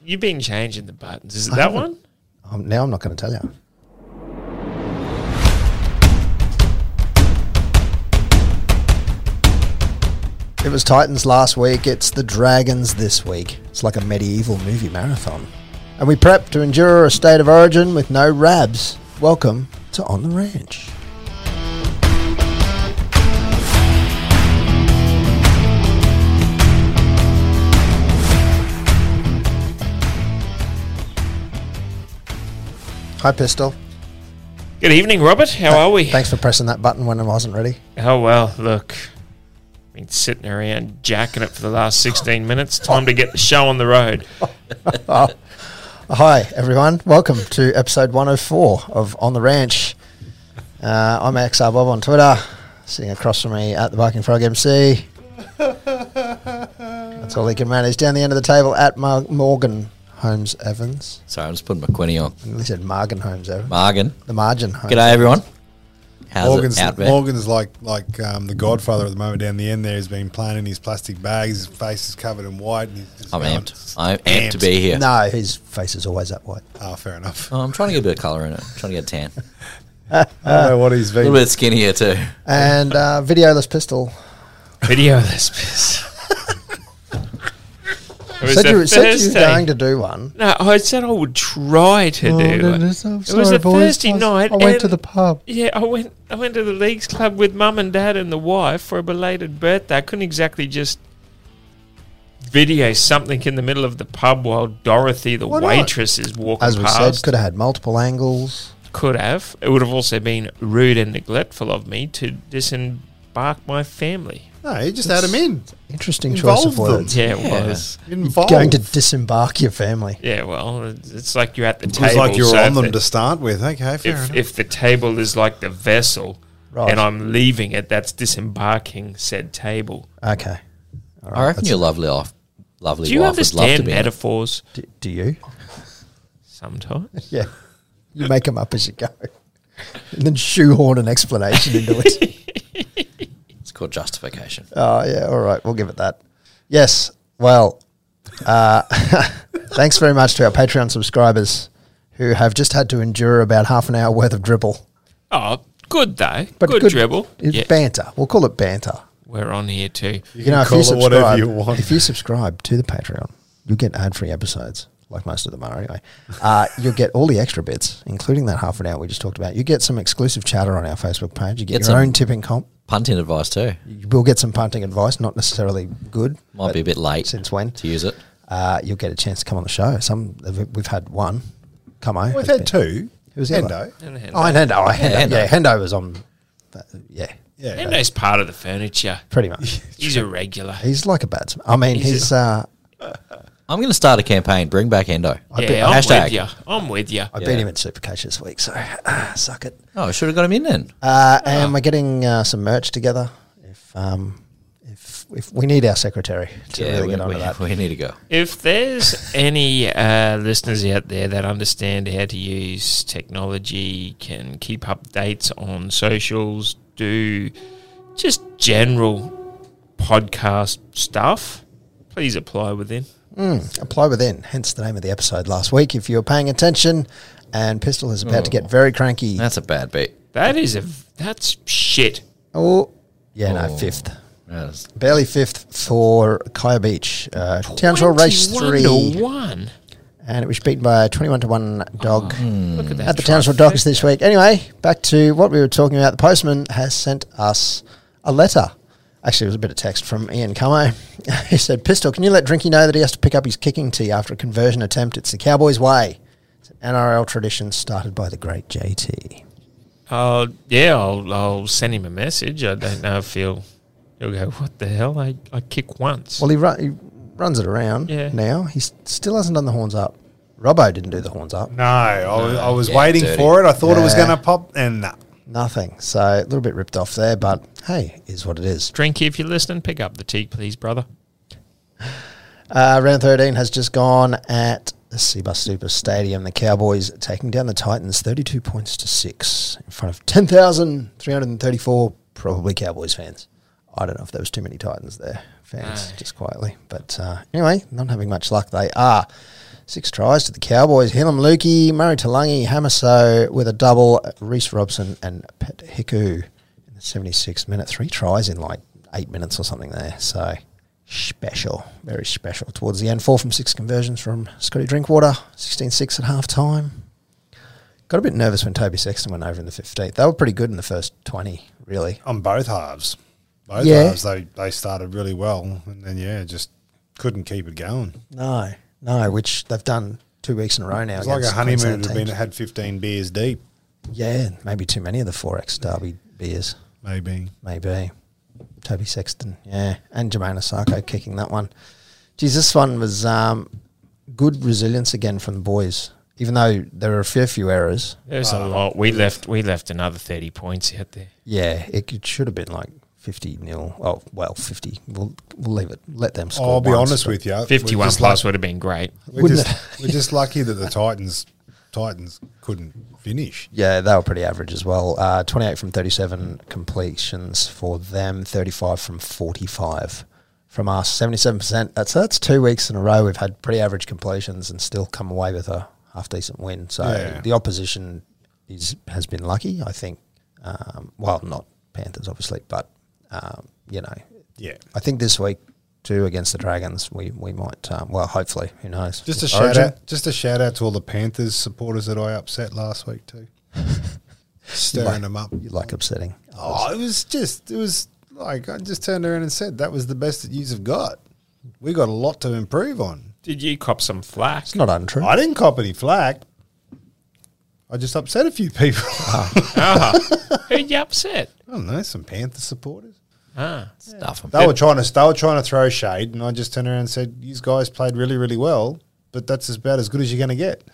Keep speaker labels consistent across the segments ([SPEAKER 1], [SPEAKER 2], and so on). [SPEAKER 1] You've been changing the buttons. Is it that one?
[SPEAKER 2] Um, now I'm not going to tell you. It was Titans last week. It's the Dragons this week. It's like a medieval movie marathon. And we prep to endure a state of origin with no rabs. Welcome to On the Ranch. Hi, Pistol.
[SPEAKER 1] Good evening, Robert. How are we?
[SPEAKER 2] Thanks for pressing that button when I wasn't ready.
[SPEAKER 1] Oh well, look. Been sitting around jacking it for the last sixteen minutes. Time to get the show on the road.
[SPEAKER 2] Hi, everyone. Welcome to episode 104 of On the Ranch. Uh, I'm XR Bob on Twitter. Sitting across from me at the Barking Frog MC. That's all he can manage. Down the end of the table at Mar- Morgan Holmes Evans.
[SPEAKER 3] Sorry, I'm just putting my quinny on.
[SPEAKER 2] And They said Morgan Holmes Evans.
[SPEAKER 3] Margan.
[SPEAKER 2] the margin Holmes.
[SPEAKER 3] G'day, everyone. How's
[SPEAKER 4] Morgan's,
[SPEAKER 3] it out there?
[SPEAKER 4] Morgan's like like um, the Godfather at the moment down the end. There, he's been playing in his plastic bags. His face is covered in white. And he's just
[SPEAKER 3] I'm
[SPEAKER 4] going,
[SPEAKER 3] amped. I'm amped, to be here.
[SPEAKER 2] No, his face is always that white.
[SPEAKER 4] Ah, fair enough.
[SPEAKER 3] Oh, I'm trying to get a bit of colour in it. I'm trying to get a tan. A
[SPEAKER 4] I don't know what he's been.
[SPEAKER 3] little bit skinnier, too.
[SPEAKER 2] And uh, videoless pistol.
[SPEAKER 1] Video this piss. It was
[SPEAKER 2] Said
[SPEAKER 1] a
[SPEAKER 2] you, said you were
[SPEAKER 1] Thursday.
[SPEAKER 2] going to do one.
[SPEAKER 1] No, I said I would try to do it. it was a Thursday night.
[SPEAKER 2] I went to
[SPEAKER 1] and-
[SPEAKER 2] the pub.
[SPEAKER 1] Yeah, I went. I went to the leagues club with mum and dad and the wife for a belated birthday. I couldn't exactly just video something in the middle of the pub while Dorothy, the
[SPEAKER 2] Why not?
[SPEAKER 1] waitress, is walking
[SPEAKER 2] As we
[SPEAKER 1] past.
[SPEAKER 2] said, could have had multiple angles.
[SPEAKER 1] could have. It would have also been rude and neglectful of me to disembark my family.
[SPEAKER 4] no, he just had him in.
[SPEAKER 2] Interesting choice
[SPEAKER 4] Involve
[SPEAKER 2] of words.
[SPEAKER 1] Yeah, it
[SPEAKER 3] Yeah.
[SPEAKER 1] was.
[SPEAKER 4] Involved.
[SPEAKER 2] Going to disembark your family.
[SPEAKER 1] Yeah, well, it's like you're at the
[SPEAKER 4] it
[SPEAKER 1] table.
[SPEAKER 4] was like you were
[SPEAKER 1] so
[SPEAKER 4] on
[SPEAKER 1] if
[SPEAKER 4] them
[SPEAKER 1] the-
[SPEAKER 4] to start with. Okay, fair
[SPEAKER 1] if,
[SPEAKER 4] enough.
[SPEAKER 1] if the table is like the vessel
[SPEAKER 2] Right.
[SPEAKER 1] and I'm leaving it, that's disembarking said table.
[SPEAKER 2] Okay.
[SPEAKER 3] I reckon your lovely off, lovely
[SPEAKER 1] Do you
[SPEAKER 3] wife would love to
[SPEAKER 1] understand
[SPEAKER 3] be in it.
[SPEAKER 1] metaphors
[SPEAKER 2] Do, do you?
[SPEAKER 1] sometimes?
[SPEAKER 2] Yeah. You make them up as you go. And then shoehorn an explanation into it.
[SPEAKER 3] It's called justification.
[SPEAKER 2] Oh, yeah. All right. We'll give it that. Yes. Well, uh, thanks very much to our Patreon subscribers who have just had to endure about half an hour worth of dribble.
[SPEAKER 1] Oh, good though.
[SPEAKER 2] But
[SPEAKER 1] good, dribble.
[SPEAKER 2] It's
[SPEAKER 1] Yeah,
[SPEAKER 2] banter. We'll call it banter.
[SPEAKER 1] we're on here too.
[SPEAKER 2] You,
[SPEAKER 4] can call it whatever you want.
[SPEAKER 2] If you subscribe to the Patreon, you'll get ad free episodes, like most of them are anyway. Uh, you'll get all the extra bits, including that half an hour we just talked about. You get some exclusive chatter on our Facebook page. You get,
[SPEAKER 3] Get
[SPEAKER 2] your
[SPEAKER 3] some-
[SPEAKER 2] own tipping comp.
[SPEAKER 3] Punting advice, too.
[SPEAKER 2] You will get some punting advice, not necessarily good.
[SPEAKER 3] Might
[SPEAKER 2] but
[SPEAKER 3] be a bit late
[SPEAKER 2] Since when?
[SPEAKER 3] to use it.
[SPEAKER 2] Uh, you'll get a chance to come on the show. Some We've had one. Como.
[SPEAKER 4] We've
[SPEAKER 2] has
[SPEAKER 4] had
[SPEAKER 2] been-
[SPEAKER 4] two.
[SPEAKER 2] Who's the other?
[SPEAKER 4] Endo?
[SPEAKER 1] And
[SPEAKER 2] Oh,
[SPEAKER 1] Hendo.
[SPEAKER 2] and Hendo. Oh, Hendo. Yeah,
[SPEAKER 3] Yeah,
[SPEAKER 2] Hendo.
[SPEAKER 3] Hendo.
[SPEAKER 2] was on. That, yeah,
[SPEAKER 4] Yeah.
[SPEAKER 1] Hendo's part of the furniture.
[SPEAKER 2] pretty much.
[SPEAKER 1] He's a regular.
[SPEAKER 2] He's like a bad. I mean,
[SPEAKER 1] He's a-
[SPEAKER 2] he's. Uh,
[SPEAKER 3] I'm going to start a campaign. Bring back Endo.
[SPEAKER 1] yeah,
[SPEAKER 2] bet-
[SPEAKER 1] I'm
[SPEAKER 3] hashtag.
[SPEAKER 1] with you. I'm with you.
[SPEAKER 2] I
[SPEAKER 3] Yeah.
[SPEAKER 2] beat him at Supercoach this week, so uh, suck it.
[SPEAKER 3] Oh, I should have got him in then.
[SPEAKER 2] Uh, and we're getting uh, some merch together. If um, if if we need our secretary to really
[SPEAKER 3] we,
[SPEAKER 2] get onto
[SPEAKER 3] we-
[SPEAKER 2] that,
[SPEAKER 3] we need to go.
[SPEAKER 1] If there's any uh, listeners out there that understand how to use technology, can keep updates on socials, do just general podcast stuff, please apply within.
[SPEAKER 2] apply within. Hence the name of the episode last week. If you were paying attention, and Pistol is about to
[SPEAKER 3] Oh.
[SPEAKER 2] get very cranky.
[SPEAKER 3] That's a bad beat.
[SPEAKER 1] That is a that's shit.
[SPEAKER 2] Oh, yeah, no,
[SPEAKER 3] Oh.
[SPEAKER 2] fifth,
[SPEAKER 3] That's-
[SPEAKER 2] barely fifth for Kaya Beach uh, Townsville race
[SPEAKER 1] 21
[SPEAKER 2] three,
[SPEAKER 1] to one.
[SPEAKER 2] and it was beaten by a twenty-one to one dog.
[SPEAKER 3] Hmm.
[SPEAKER 1] Look at that.
[SPEAKER 2] at the Townsville Dockers this week. Anyway, back to what we were talking about. The postman has sent us a letter. Actually, it was a bit of text from Ian Como. he said, Pistol, can you let Drinky know that he has to pick up his kicking tee after a conversion attempt? It's the Cowboys' way. It's an NRL tradition started by the great JT.
[SPEAKER 1] Uh, yeah, I'll, I'll send him a message. I don't know if he'll he'll go. What the hell? I, I kick once.
[SPEAKER 2] Well, he, ru- he runs it around
[SPEAKER 1] Yeah.
[SPEAKER 2] now. He s- still hasn't done the horns up. Robbo didn't do the horns up.
[SPEAKER 4] No, I was, I was
[SPEAKER 3] yeah,
[SPEAKER 4] waiting
[SPEAKER 3] dirty.
[SPEAKER 4] for it. I thought it was
[SPEAKER 2] Yeah.
[SPEAKER 4] going to pop, and nah.
[SPEAKER 2] Nothing. So a little bit ripped off there, but hey, is what it is.
[SPEAKER 1] Drinky, if you're listening, pick up the tea, please, brother.
[SPEAKER 2] Uh, round 13 has just gone at the Seabus Super Stadium. The Cowboys taking down the Titans 32 points to 6 in front of 10,334 probably Cowboys fans. I don't know if there was too many Titans there, fans, just quietly. But uh, anyway, not having much luck. They are Six tries to the Cowboys. Hillam Lukey, Murray Talangi, Hamaso with a double, Reese Robson and Pet Hiku in the 76th minute. Three tries in like eight minutes or something there. So special, very special towards the end. Four from six conversions from Scotty Drinkwater, 16 6 at half time. Got a bit nervous when Toby Sexton went over in the 15th. They were pretty good in the first 20, really.
[SPEAKER 4] on both halves. Both
[SPEAKER 2] Yeah.
[SPEAKER 4] halves, they, they started really well, and then yeah, just couldn't keep it going.
[SPEAKER 2] No, no, which they've done two weeks in a row now.
[SPEAKER 4] It's like a
[SPEAKER 2] against
[SPEAKER 4] honeymoon.
[SPEAKER 2] Queensland
[SPEAKER 4] Had been
[SPEAKER 2] teams.
[SPEAKER 4] had fifteen beers deep,
[SPEAKER 2] Yeah, maybe too many of the Forex Derby beers,
[SPEAKER 4] maybe.
[SPEAKER 2] maybe. Toby Sexton, yeah, and Jermaine Osako kicking that one. Geez, this one was um, good resilience again from the boys, even though there were a fair few errors.
[SPEAKER 1] There's a lot. We left. We left another thirty points out there.
[SPEAKER 2] Yeah, it, could- should have been like 50 nil. Oh, well, 50. We'll, we'll leave it. Let them score.
[SPEAKER 4] I'll be
[SPEAKER 2] once,
[SPEAKER 4] honest
[SPEAKER 2] but-
[SPEAKER 4] with you. we're
[SPEAKER 1] Fifty-one
[SPEAKER 4] just
[SPEAKER 1] plus
[SPEAKER 4] luck-
[SPEAKER 1] would have been great.
[SPEAKER 4] we're
[SPEAKER 2] Wouldn't
[SPEAKER 4] just, we're just lucky that the Titans Titans couldn't finish.
[SPEAKER 2] Yeah, they were pretty average as well. Uh, 28 from 37 completions for them, 35 from 45 from us, 77%. That's, so that's two weeks in a row we've had pretty average completions and still come away with a half decent win. So
[SPEAKER 4] Yeah.
[SPEAKER 2] the opposition is has been lucky, I think. Um, well, not Panthers, obviously, but, um, you know,
[SPEAKER 4] Yeah.
[SPEAKER 2] I think this week, too, against the Dragons, we, we might, um, well, hopefully, who knows?
[SPEAKER 4] Just a
[SPEAKER 2] Origin.
[SPEAKER 4] shout out. Just a shout out to all the Panthers supporters that I upset last week too. Stirring
[SPEAKER 2] like-
[SPEAKER 4] them up.
[SPEAKER 2] You like upsetting.
[SPEAKER 4] Oh, it was just, it was like, I just turned around and said, that was the best that yous have got. We got a lot to improve on.
[SPEAKER 1] Did you cop some flack?
[SPEAKER 2] It's not untrue.
[SPEAKER 4] I didn't cop any flack. I just upset a few people.
[SPEAKER 1] Ah, who'd you upset?
[SPEAKER 4] I don't know, some Panther supporters.
[SPEAKER 1] Ah,
[SPEAKER 3] Stuff 'em.
[SPEAKER 4] They were trying to, they were trying to throw shade, and I just turned around and said, "These guys played really, really well, but that's as about as good as you're going to get."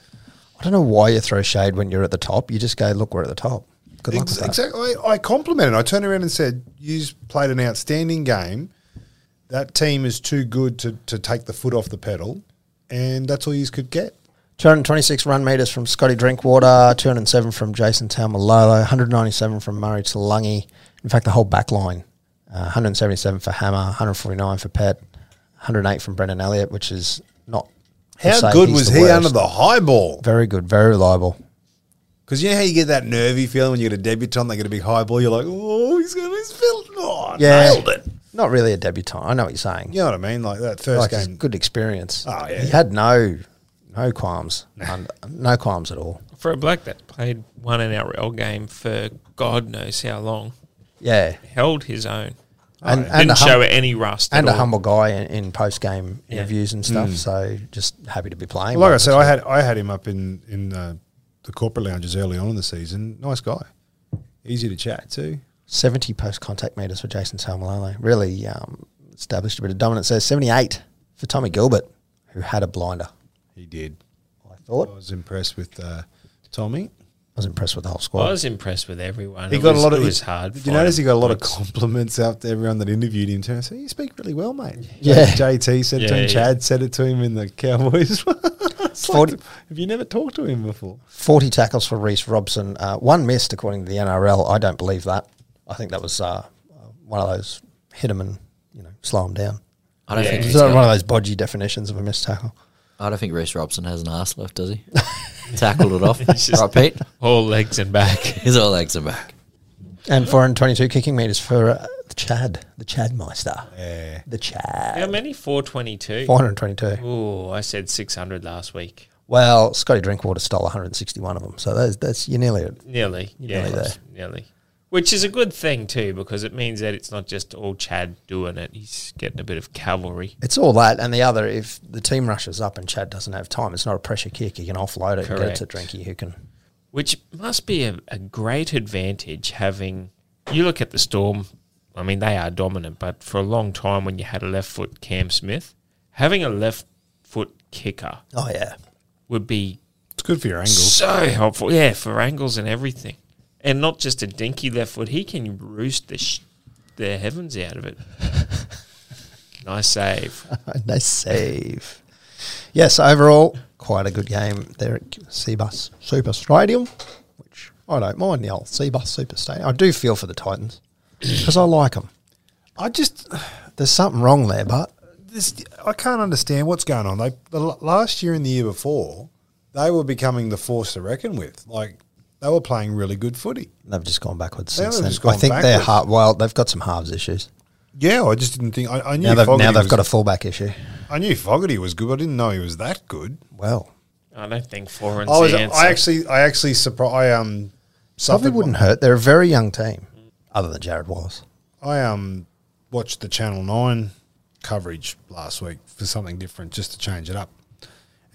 [SPEAKER 2] I don't know why you throw shade when you're at the top. You just go, look, we're at the top. Good luck
[SPEAKER 4] Ex-
[SPEAKER 2] with that.
[SPEAKER 4] Exactly. I, I complimented. I turned around and said, "You've played an outstanding game. That team is too good to, to take the foot off the pedal, and that's all you could get."
[SPEAKER 2] 226 run meters from Scotty Drinkwater, 207 from Jason Taumalolo, 197 from Murray Talangi. In fact, the whole back line. Uh, 177 for Hammer, 149 for Pet, 108 from Brendan Elliott, which is not. to
[SPEAKER 4] How
[SPEAKER 2] say
[SPEAKER 4] good
[SPEAKER 2] he's
[SPEAKER 4] was
[SPEAKER 2] the
[SPEAKER 4] he
[SPEAKER 2] worst.
[SPEAKER 4] under the high ball?
[SPEAKER 2] Very good, very reliable.
[SPEAKER 4] Because you know how you get that nervy feeling when you get a debutant, they get a big high ball. You're like, "Oh, he's going to his fill." Oh,
[SPEAKER 2] Yeah.
[SPEAKER 4] nailed it.
[SPEAKER 2] Not really a debutant. I know what you're saying.
[SPEAKER 4] You know what I mean? Like that first
[SPEAKER 2] like it's
[SPEAKER 4] game.
[SPEAKER 2] good experience.
[SPEAKER 4] Oh, yeah.
[SPEAKER 2] He had no no qualms, un- no qualms at all.
[SPEAKER 1] for a bloke that played one NRL game for God knows how long,
[SPEAKER 2] Yeah,
[SPEAKER 1] held his own,
[SPEAKER 2] and,
[SPEAKER 1] didn't
[SPEAKER 2] a hum-
[SPEAKER 1] show any rust.
[SPEAKER 2] and
[SPEAKER 1] at
[SPEAKER 2] a
[SPEAKER 1] all.
[SPEAKER 2] humble guy in, in post game interviews and stuff. So just happy to be playing.
[SPEAKER 4] Mm. Well, like I
[SPEAKER 2] But
[SPEAKER 4] said, I had I had him up in in uh, the corporate lounges early on in the season. Nice guy, easy to chat to.
[SPEAKER 2] seventy post contact meters for Jason Salmalolo. Really um, established a bit of dominance there. Seventy eight for Tommy Gilbert, who had a blinder.
[SPEAKER 4] He did.
[SPEAKER 2] I
[SPEAKER 4] I
[SPEAKER 2] thought I
[SPEAKER 4] was impressed with uh, Tommy.
[SPEAKER 2] was impressed with the whole squad.
[SPEAKER 1] I was impressed with everyone.
[SPEAKER 4] He
[SPEAKER 1] It
[SPEAKER 4] got
[SPEAKER 1] was-
[SPEAKER 4] a lot of.
[SPEAKER 1] It was hard.
[SPEAKER 4] Did you notice he got a lot of
[SPEAKER 1] fighting.
[SPEAKER 4] compliments out to everyone that interviewed him? Too. So you speak really well, mate.
[SPEAKER 2] Yeah.
[SPEAKER 4] JT said it to
[SPEAKER 1] Yeah,
[SPEAKER 4] him.
[SPEAKER 1] yeah.
[SPEAKER 4] Chad said it to him in the Cowboys. It's like,
[SPEAKER 2] Forty-
[SPEAKER 4] have you never talked to him before?
[SPEAKER 2] Forty tackles for Reese Robson. Uh, one missed according to the NRL. I don't believe that. I think that was uh, one of those hit him and you know slow him down.
[SPEAKER 3] I don't
[SPEAKER 1] Yeah.
[SPEAKER 3] think
[SPEAKER 2] It's
[SPEAKER 3] he's
[SPEAKER 2] not
[SPEAKER 3] got,
[SPEAKER 2] one of those bodgy definitions of a missed tackle.
[SPEAKER 3] I don't think Reese Robson has an ass left, does he? Tackled it off,
[SPEAKER 1] just-
[SPEAKER 3] right, Pete?
[SPEAKER 1] all legs and back.
[SPEAKER 3] His all legs are back.
[SPEAKER 2] And 422 kicking meters for uh, the Chad, the Chad Meister.
[SPEAKER 4] Yeah.
[SPEAKER 2] The
[SPEAKER 1] How
[SPEAKER 2] Chad.
[SPEAKER 1] many? Four twenty-two.
[SPEAKER 2] 422.
[SPEAKER 1] Oh, I said six hundred last week.
[SPEAKER 2] Well, Scotty Drinkwater stole 161 of them. So that's, that's you're nearly at
[SPEAKER 1] Nearly, yeah,
[SPEAKER 2] nearly there.
[SPEAKER 1] nearly. Which is a good thing too, because it means that it's not just all Chad doing it. He's getting a bit of cavalry.
[SPEAKER 2] It's all that. And the other, if the team rushes up and Chad doesn't have time, it's not a pressure kick. He can offload it and get it to
[SPEAKER 1] Correct.
[SPEAKER 2] Drinky who can.
[SPEAKER 1] which must be a, a great advantage having you look at the storm i mean they are dominant but for a long time when you had a left foot cam smith having a left foot kicker
[SPEAKER 2] Oh, yeah.
[SPEAKER 1] would be
[SPEAKER 4] It's good for your angle.
[SPEAKER 1] so helpful yeah for angles and everything and not just a dinky left foot he can roost the sh- the heavens out of it nice save
[SPEAKER 2] nice save. Yes, overall, quite a good game there at Seabus Super Stadium, which I don't mind the old Seabus Super Stadium. I do feel for the Titans because I like them.
[SPEAKER 4] I just
[SPEAKER 2] There's something wrong there, but
[SPEAKER 4] this, I can't understand what's going on. They the, l- last year and the year before, they were becoming the force to reckon with. Like they were playing really good footy.
[SPEAKER 2] They've just gone backwards
[SPEAKER 4] They've
[SPEAKER 2] since then.
[SPEAKER 4] just
[SPEAKER 2] I
[SPEAKER 4] gone
[SPEAKER 2] think they're
[SPEAKER 4] backwards.
[SPEAKER 2] hard. Well, they've got some halves issues.
[SPEAKER 4] Yeah, I just didn't think. I, I knew
[SPEAKER 2] Now they've,
[SPEAKER 4] Fogarty
[SPEAKER 2] now they've
[SPEAKER 4] was,
[SPEAKER 2] got a fullback issue.
[SPEAKER 4] I knew Fogarty was good. but I didn't know he was that good.
[SPEAKER 2] Well,
[SPEAKER 1] I don't think foreign's
[SPEAKER 4] I was.
[SPEAKER 1] the answer.
[SPEAKER 4] Oh, I actually. I actually surprised. I um.
[SPEAKER 2] probably
[SPEAKER 4] Suffered,
[SPEAKER 2] wouldn't hurt. They're a very young team, other than Jared Wallace.
[SPEAKER 4] I um watched the Channel Nine coverage last week for something different, just to change it up.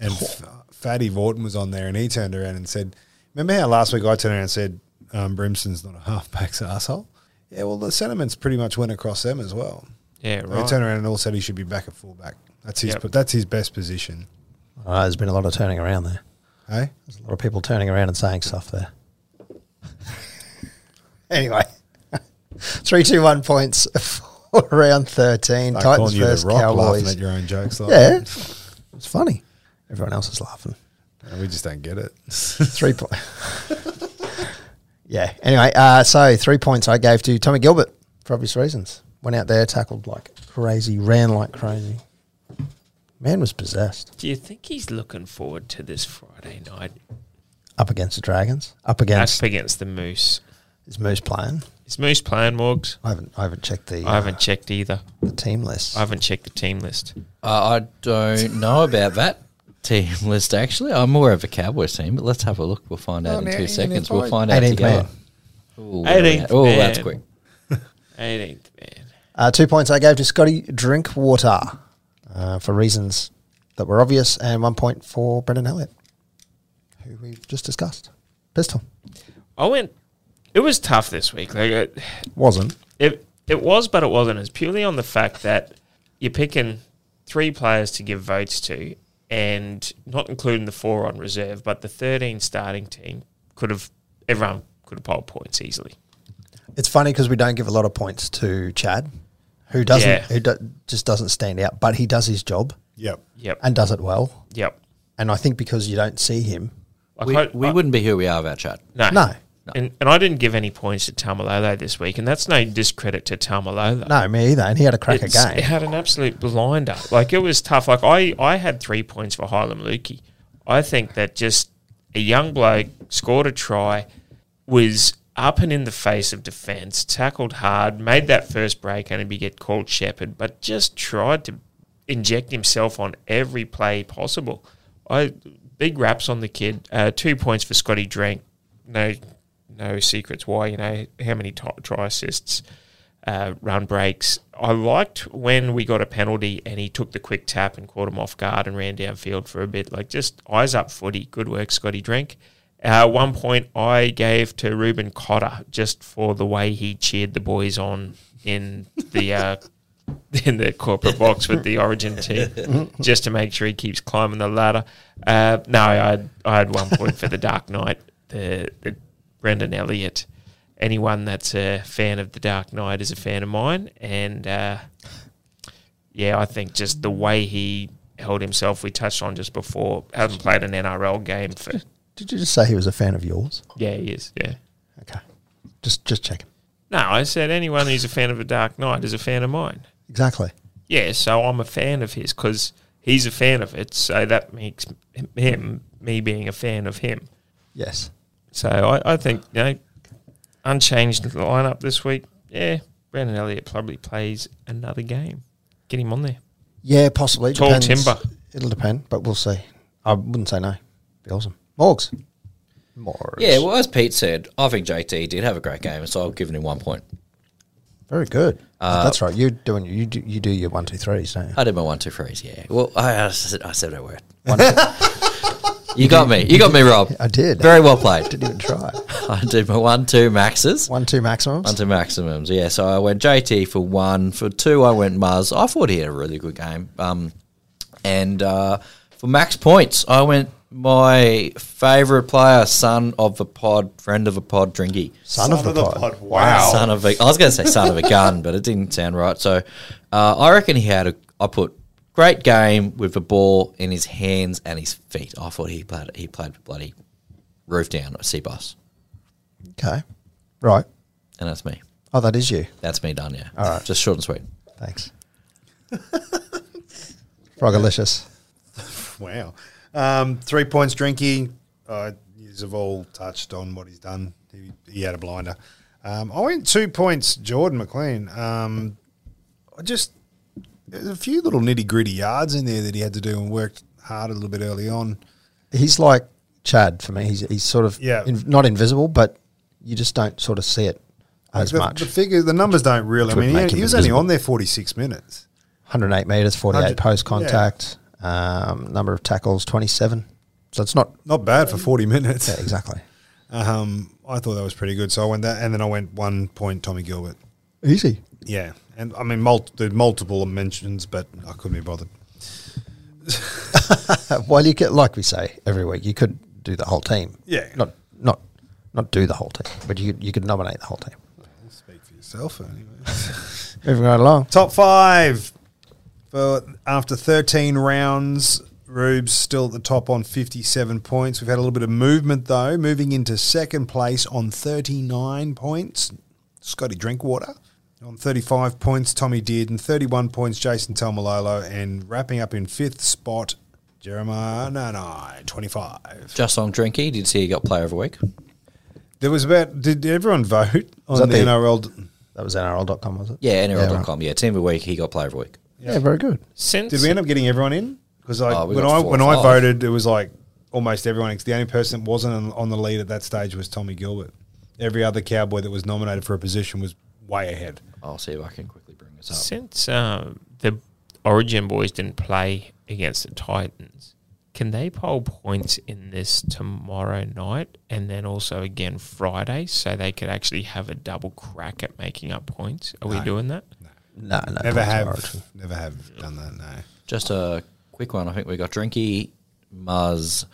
[SPEAKER 4] And F- Fatty Vorton was on there, and he turned around and said, "Remember how last week I turned around and said um, Brimson's not a halfback's asshole? Yeah, well, the sentiments pretty much went across them as well.
[SPEAKER 1] yeah,
[SPEAKER 4] They
[SPEAKER 1] right.
[SPEAKER 4] turned around and all said he should be back at fullback. That's his.
[SPEAKER 1] Yep.
[SPEAKER 4] po- That's his best position. eh?
[SPEAKER 2] I know there's been a lot of turning around there.
[SPEAKER 4] Hey.
[SPEAKER 2] There's a lot of people turning around and saying stuff there. anyway, three, two, one points for round 13.
[SPEAKER 4] I
[SPEAKER 2] Titans
[SPEAKER 4] calling you the
[SPEAKER 2] versus
[SPEAKER 4] rock, laughing
[SPEAKER 2] Cowboys.
[SPEAKER 4] at your own jokes. Like
[SPEAKER 2] Yeah,
[SPEAKER 4] that.
[SPEAKER 2] it's funny. Everyone else is laughing.
[SPEAKER 4] we just don't get it.
[SPEAKER 2] Three points. yeah. Anyway, uh, so three points I gave to Tommy Gilbert for obvious reasons. Went out there, tackled like crazy, ran like crazy. Man was possessed.
[SPEAKER 1] Do you think he's looking forward to this Friday night
[SPEAKER 2] Up against the Dragons. Up against
[SPEAKER 1] up against the Moose?
[SPEAKER 2] his Moose playing.
[SPEAKER 1] Is Moose playing Morgs?
[SPEAKER 2] I haven't. I haven't checked the.
[SPEAKER 1] I haven't
[SPEAKER 2] uh,
[SPEAKER 1] checked either.
[SPEAKER 2] the team list.
[SPEAKER 1] I haven't checked the team list.
[SPEAKER 3] Uh, I don't know about that team list, actually. I'm more of a Cowboys team, but let's have a look. We'll find out
[SPEAKER 4] Oh,
[SPEAKER 3] in
[SPEAKER 4] man,
[SPEAKER 3] two seconds.
[SPEAKER 4] you're
[SPEAKER 3] We'll find out
[SPEAKER 2] 18th
[SPEAKER 3] together.
[SPEAKER 2] man.
[SPEAKER 3] Ooh, where are we
[SPEAKER 1] 18th
[SPEAKER 3] at? Ooh, that's
[SPEAKER 1] man.
[SPEAKER 3] quick.
[SPEAKER 1] 18th man.
[SPEAKER 2] Uh, two points I gave to Scotty Drinkwater uh, for reasons that were obvious, and one point for Brendan Elliott, who we've just discussed. Pistol
[SPEAKER 1] I went. It was tough this week. Like it,
[SPEAKER 2] wasn't.
[SPEAKER 1] it, it was, but it wasn't. It's purely on the fact that you're picking three players to give votes to, and not including the four on reserve, but the 13 starting team could have everyone could have polled points easily.
[SPEAKER 2] It's funny because we don't give a lot of points to Chad, who doesn't,
[SPEAKER 1] Yeah.
[SPEAKER 2] who do, just doesn't stand out, but he does his job
[SPEAKER 4] yep.
[SPEAKER 1] Yep.
[SPEAKER 2] and does it well.
[SPEAKER 1] yep.
[SPEAKER 2] And I think because you don't see him,
[SPEAKER 1] Like,
[SPEAKER 3] We,
[SPEAKER 1] I-
[SPEAKER 3] we
[SPEAKER 1] I-
[SPEAKER 3] wouldn't be who we are without Chad.
[SPEAKER 1] No.
[SPEAKER 2] No.
[SPEAKER 1] And, and I didn't give any points to Tamalolo this week, and that's no discredit to Tamalolo.
[SPEAKER 2] no, me either. And he had a crack
[SPEAKER 1] It's-
[SPEAKER 2] again.
[SPEAKER 1] It had an absolute blinder. Like it was tough. Like I, I had three points for Hylam Lukey. I think that just a young bloke scored a try, was up and in the face of defence, tackled hard, made that first break, and he get called Shepherd, but just tried to inject himself on every play possible. I big raps on the kid. Uh, two points for Scotty Drink. No, no secrets why. You know how many t- try assists uh, run breaks. I liked when we got a penalty and he took the quick tap and caught him off guard and ran downfield for a bit. Like just eyes up footy. Good work, Scotty Drink. Uh, one point I gave to Ruben Cotter just for the way he cheered the boys on in the uh, in the corporate box with the Origin team, just to make sure he keeps climbing the ladder. Uh, no, I had, I had one point for the Dark Knight, the, the Brendan Elliott. Anyone that's a fan of the Dark Knight is a fan of mine, and uh, yeah, I think just the way he held himself, we touched on just before, hasn't played an NRL game for
[SPEAKER 2] Did you just say he was a fan of yours?
[SPEAKER 1] yeah, he is yeah.
[SPEAKER 2] Okay, just just checking.
[SPEAKER 1] No, I said anyone who's a fan of the Dark Knight is a fan of mine.
[SPEAKER 2] Exactly.
[SPEAKER 1] Yeah, so I'm a fan of his because he's a fan of it. So that makes him me being a fan of him.
[SPEAKER 2] Yes.
[SPEAKER 1] So I, I think you know, unchanged lineup this week. Yeah, Brandon Elliott probably plays another game. Get him on there.
[SPEAKER 2] Yeah, possibly.
[SPEAKER 1] Tall timber.
[SPEAKER 2] It'll depend, but we'll see. I wouldn't say no. Be awesome. Morgs. Morgs.
[SPEAKER 3] Yeah, well, as Pete said, I think JT did have a great game, so I've given him one point.
[SPEAKER 2] Very good. That's right. You're doing you do, you do your one two threes, don't you?
[SPEAKER 3] I did my one, two, threes, yeah. Well, I, I, said, I said a word. One, two. you got me. You got me, Rob.
[SPEAKER 2] I did.
[SPEAKER 3] Very well played.
[SPEAKER 2] Didn't even try.
[SPEAKER 3] I did my one, two maxes.
[SPEAKER 2] One two maximums.
[SPEAKER 3] One to maximums, yeah. So I went JT for one. For two, I went Muzz. I thought he had a really good game. Um, and uh, for max points, I went my favourite player, son of a pod, friend of a pod, Drinky.
[SPEAKER 2] Son, of the, pod.
[SPEAKER 4] Wow.
[SPEAKER 3] Son of a, I was going to say son of a gun, but it didn't sound right. So uh, I reckon he had a. I put great game with the ball in his hands and his feet. I thought he played. He played bloody roof down at Seaboss,
[SPEAKER 2] Okay. Right.
[SPEAKER 3] and that's me.
[SPEAKER 2] Oh, that is you.
[SPEAKER 3] That's me done. Yeah.
[SPEAKER 2] All right.
[SPEAKER 3] Just short and sweet.
[SPEAKER 2] Thanks. Frogalicious.
[SPEAKER 4] Wow. Um, three points, Drinky. Uh, yous have all touched on what he's done. He, he had a blinder. Um, I went two points, Jordan McLean. Um, I just there's a few little nitty gritty yards in there that he had to do and worked hard a little bit early on.
[SPEAKER 2] He's like Chad for me. He's he's sort of
[SPEAKER 4] Yeah.
[SPEAKER 2] in, not invisible, but you just don't sort of see it as
[SPEAKER 4] the,
[SPEAKER 2] much.
[SPEAKER 4] the figure, the numbers don't really. I
[SPEAKER 2] Would
[SPEAKER 4] mean,
[SPEAKER 2] make
[SPEAKER 4] he,
[SPEAKER 2] him
[SPEAKER 4] he was only
[SPEAKER 2] invisible.
[SPEAKER 4] on there forty six minutes.
[SPEAKER 2] 108 meters, 48
[SPEAKER 4] Hundred-
[SPEAKER 2] post contact, um, number of tackles 27. So it's not
[SPEAKER 4] Not bad for forty minutes.
[SPEAKER 2] yeah, exactly.
[SPEAKER 4] Um, I thought that was pretty good. So I went that, and then I went one point, Tommy Gilbert.
[SPEAKER 2] Easy.
[SPEAKER 4] Yeah, and I mean, mul- there's multiple mentions, but I couldn't be bothered.
[SPEAKER 2] Uh, Well, you could, like we say every week, you could do the whole team.
[SPEAKER 4] Yeah.
[SPEAKER 2] Not not not do the whole team, but you could, you could nominate the whole team.
[SPEAKER 4] Speak for yourself, anyway.
[SPEAKER 2] Moving right along.
[SPEAKER 4] Top five. For after 13 rounds, Rube's still at the top on 57 points. We've had a little bit of movement though, moving into second place on 39 points. Scotty Drinkwater on 35 points. Tommy Dearden, 31 points. Jason Talmalolo, and wrapping up in fifth spot, Jeremiah Nanai, 25.
[SPEAKER 3] Just on Drinky, did see he got player of the week.
[SPEAKER 4] There was about. Did everyone vote
[SPEAKER 2] that
[SPEAKER 4] on the
[SPEAKER 2] the-
[SPEAKER 4] NRL?
[SPEAKER 2] That was NRL.com, was it?
[SPEAKER 3] Yeah,
[SPEAKER 2] Yeah,
[SPEAKER 3] NRL.com.
[SPEAKER 2] right.
[SPEAKER 3] Yeah, team of the week, he got player of the week.
[SPEAKER 2] yeah very good.
[SPEAKER 1] Since
[SPEAKER 4] Did we end up getting everyone in? Because like
[SPEAKER 3] Oh, we
[SPEAKER 4] when
[SPEAKER 3] got
[SPEAKER 4] I
[SPEAKER 3] four or
[SPEAKER 4] when I
[SPEAKER 3] five.
[SPEAKER 4] voted, it was like almost everyone. 'cause The only person that wasn't on- on the lead at that stage was Tommy Gilbert. Every other cowboy that was nominated for a position was way ahead.
[SPEAKER 3] I'll see if I can quickly bring this up.
[SPEAKER 1] since uh, the Origin boys didn't play against the Titans, can they poll points in this tomorrow night and then also again Friday, so they could actually have a double crack at making up points? Are we doing that?
[SPEAKER 2] No, no.
[SPEAKER 4] Never
[SPEAKER 2] not
[SPEAKER 4] have,
[SPEAKER 2] tomorrow.
[SPEAKER 4] never have done that. No,
[SPEAKER 3] Just a quick one. I think we got Drinky, Muzz,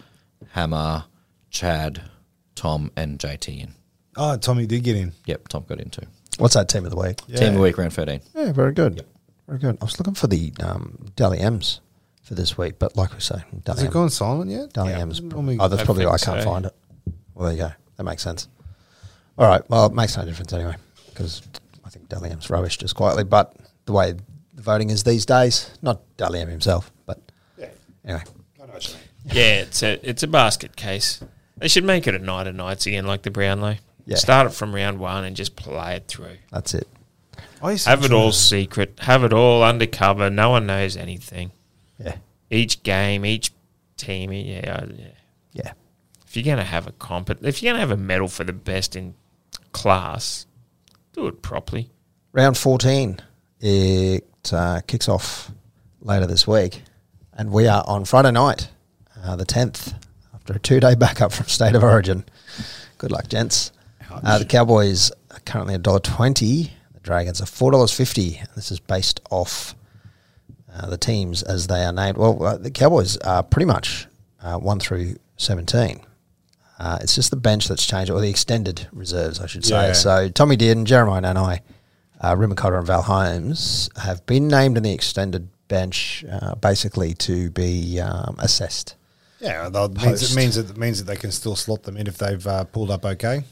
[SPEAKER 3] Hammer, Chad, Tom, and JT in.
[SPEAKER 4] oh, Tommy did get in.
[SPEAKER 3] Yep, Tom got in too.
[SPEAKER 2] What's that team of the week?
[SPEAKER 3] Team of the week, round 13.
[SPEAKER 2] Yeah, very good. Very good. I was looking for the um, Daly M's for this week, but like we say, Daly
[SPEAKER 4] Has it
[SPEAKER 2] M's.
[SPEAKER 4] gone silent yet?
[SPEAKER 2] Daly
[SPEAKER 4] Yeah.
[SPEAKER 2] M's.
[SPEAKER 4] Normally-
[SPEAKER 2] Oh, that's
[SPEAKER 1] I
[SPEAKER 2] probably why I
[SPEAKER 1] think
[SPEAKER 2] can't
[SPEAKER 1] so.
[SPEAKER 2] find it. Well, there you go. That makes sense. All right. Well, it makes no difference anyway, because I think Daly M's rubbish just quietly, but the way the voting is these days, not Daly M himself, but
[SPEAKER 4] Yeah.
[SPEAKER 2] anyway.
[SPEAKER 4] I know what you mean.
[SPEAKER 1] Yeah, it's a it's a basket case. They should make it a night of nights again, like the Brownlow.
[SPEAKER 2] Yeah.
[SPEAKER 1] Start it from round one and just play it through.
[SPEAKER 2] That's it.
[SPEAKER 4] I used to
[SPEAKER 1] Have it
[SPEAKER 4] try-
[SPEAKER 1] all secret. Have it all undercover. No one knows anything.
[SPEAKER 2] Yeah.
[SPEAKER 1] Each game, each team. Yeah, yeah.
[SPEAKER 2] Yeah.
[SPEAKER 1] If you're gonna have a comp, if you're gonna have a medal for the best in class, do it properly.
[SPEAKER 2] Round 14, it uh, kicks off later this week, and we are on Friday night, uh, the 10th, after a two day backup from State of Origin. Good luck, gents. Uh, the Cowboys are currently $1.20, the Dragons are $4.50. This is based off uh, the teams as they are named. Well, uh, the Cowboys are pretty much uh, 1 through 17. Uh, it's just the bench that's changed, or the extended reserves, I should say.
[SPEAKER 4] Yeah.
[SPEAKER 2] So Tommy Dearden, Jeremiah Nanai, uh, Rimacotta, and Val Holmes have been named in the extended bench uh, basically to be um, assessed.
[SPEAKER 4] Yeah, they'll- means,
[SPEAKER 2] Post.
[SPEAKER 4] it means that it means that they can still slot them in if they've uh, pulled up okay.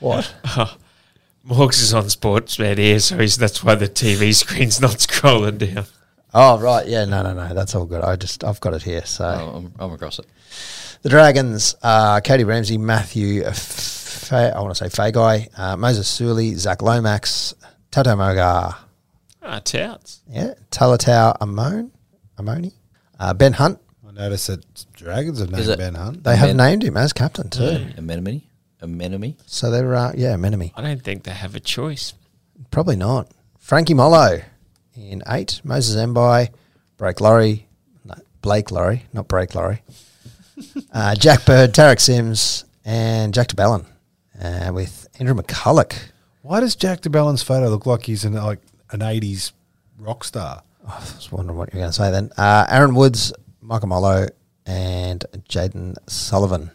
[SPEAKER 2] What?
[SPEAKER 1] Morgs is on Sportsnet here, so he's, that's why the TV screen's not scrolling down.
[SPEAKER 2] oh, right. Yeah, no, no, no. That's all good. I just, I've got it here. So.
[SPEAKER 3] Oh, I'm, I'm across it.
[SPEAKER 2] The Dragons are Cody Ramsey, Matthew, uh, Fa- I want to say Fagai, uh, Moses Suli, Zach Lomax, Tato Mogar,
[SPEAKER 1] Ah, touts.
[SPEAKER 2] yeah, Talatau Amon, Amoni, uh, Ben Hunt.
[SPEAKER 4] I noticed that Dragons have
[SPEAKER 3] it-
[SPEAKER 4] named Ben Hunt.
[SPEAKER 2] They have
[SPEAKER 3] Ben-
[SPEAKER 2] named him as captain too.
[SPEAKER 3] Amenemy? Amenemy?
[SPEAKER 2] So they're, uh, yeah, Menemy.
[SPEAKER 1] I don't think they have a choice.
[SPEAKER 2] Probably not. Frankie Mollo in eight, Moses Mbai, Blake Laurie, no, Blake Laurie, not Blake Laurie, uh, Jack Bird, Tarek Sims, and Jack DeBellin uh, with Andrew McCulloch.
[SPEAKER 4] Why does Jack DeBellin's photo look like he's an like an eighties rock star?
[SPEAKER 2] I was wondering what you were going to say then. Uh, Aaron Woods, Michael Mollo, and Jaden Sullivan.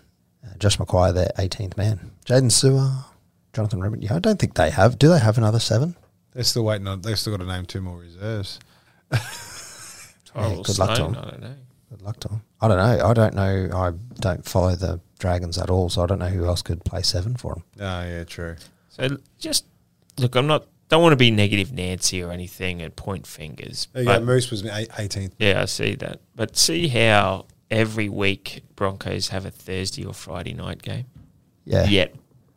[SPEAKER 2] Uh, Josh McQuire, their 18th man. Jaden Sewer, Jonathan Rubin. Yeah, I don't think they have. Do they have another seven?
[SPEAKER 4] They're still waiting on. They've still got to name two more reserves.
[SPEAKER 1] Tyrell
[SPEAKER 2] good luck to
[SPEAKER 1] Stone,
[SPEAKER 2] them.
[SPEAKER 1] I don't know.
[SPEAKER 2] Good luck to 'em. I don't know. I don't know. I don't follow the Dragons at all, so I don't know who else could play seven for them.
[SPEAKER 4] Oh yeah, true.
[SPEAKER 1] So just look, I'm not. don't want to be negative Nancy or anything and point fingers.
[SPEAKER 4] There you
[SPEAKER 1] but
[SPEAKER 4] go. Moose was eight- 18th.
[SPEAKER 1] yeah, I see that. But see how every week Broncos have a Thursday or Friday night game.
[SPEAKER 2] Yeah.
[SPEAKER 1] Yet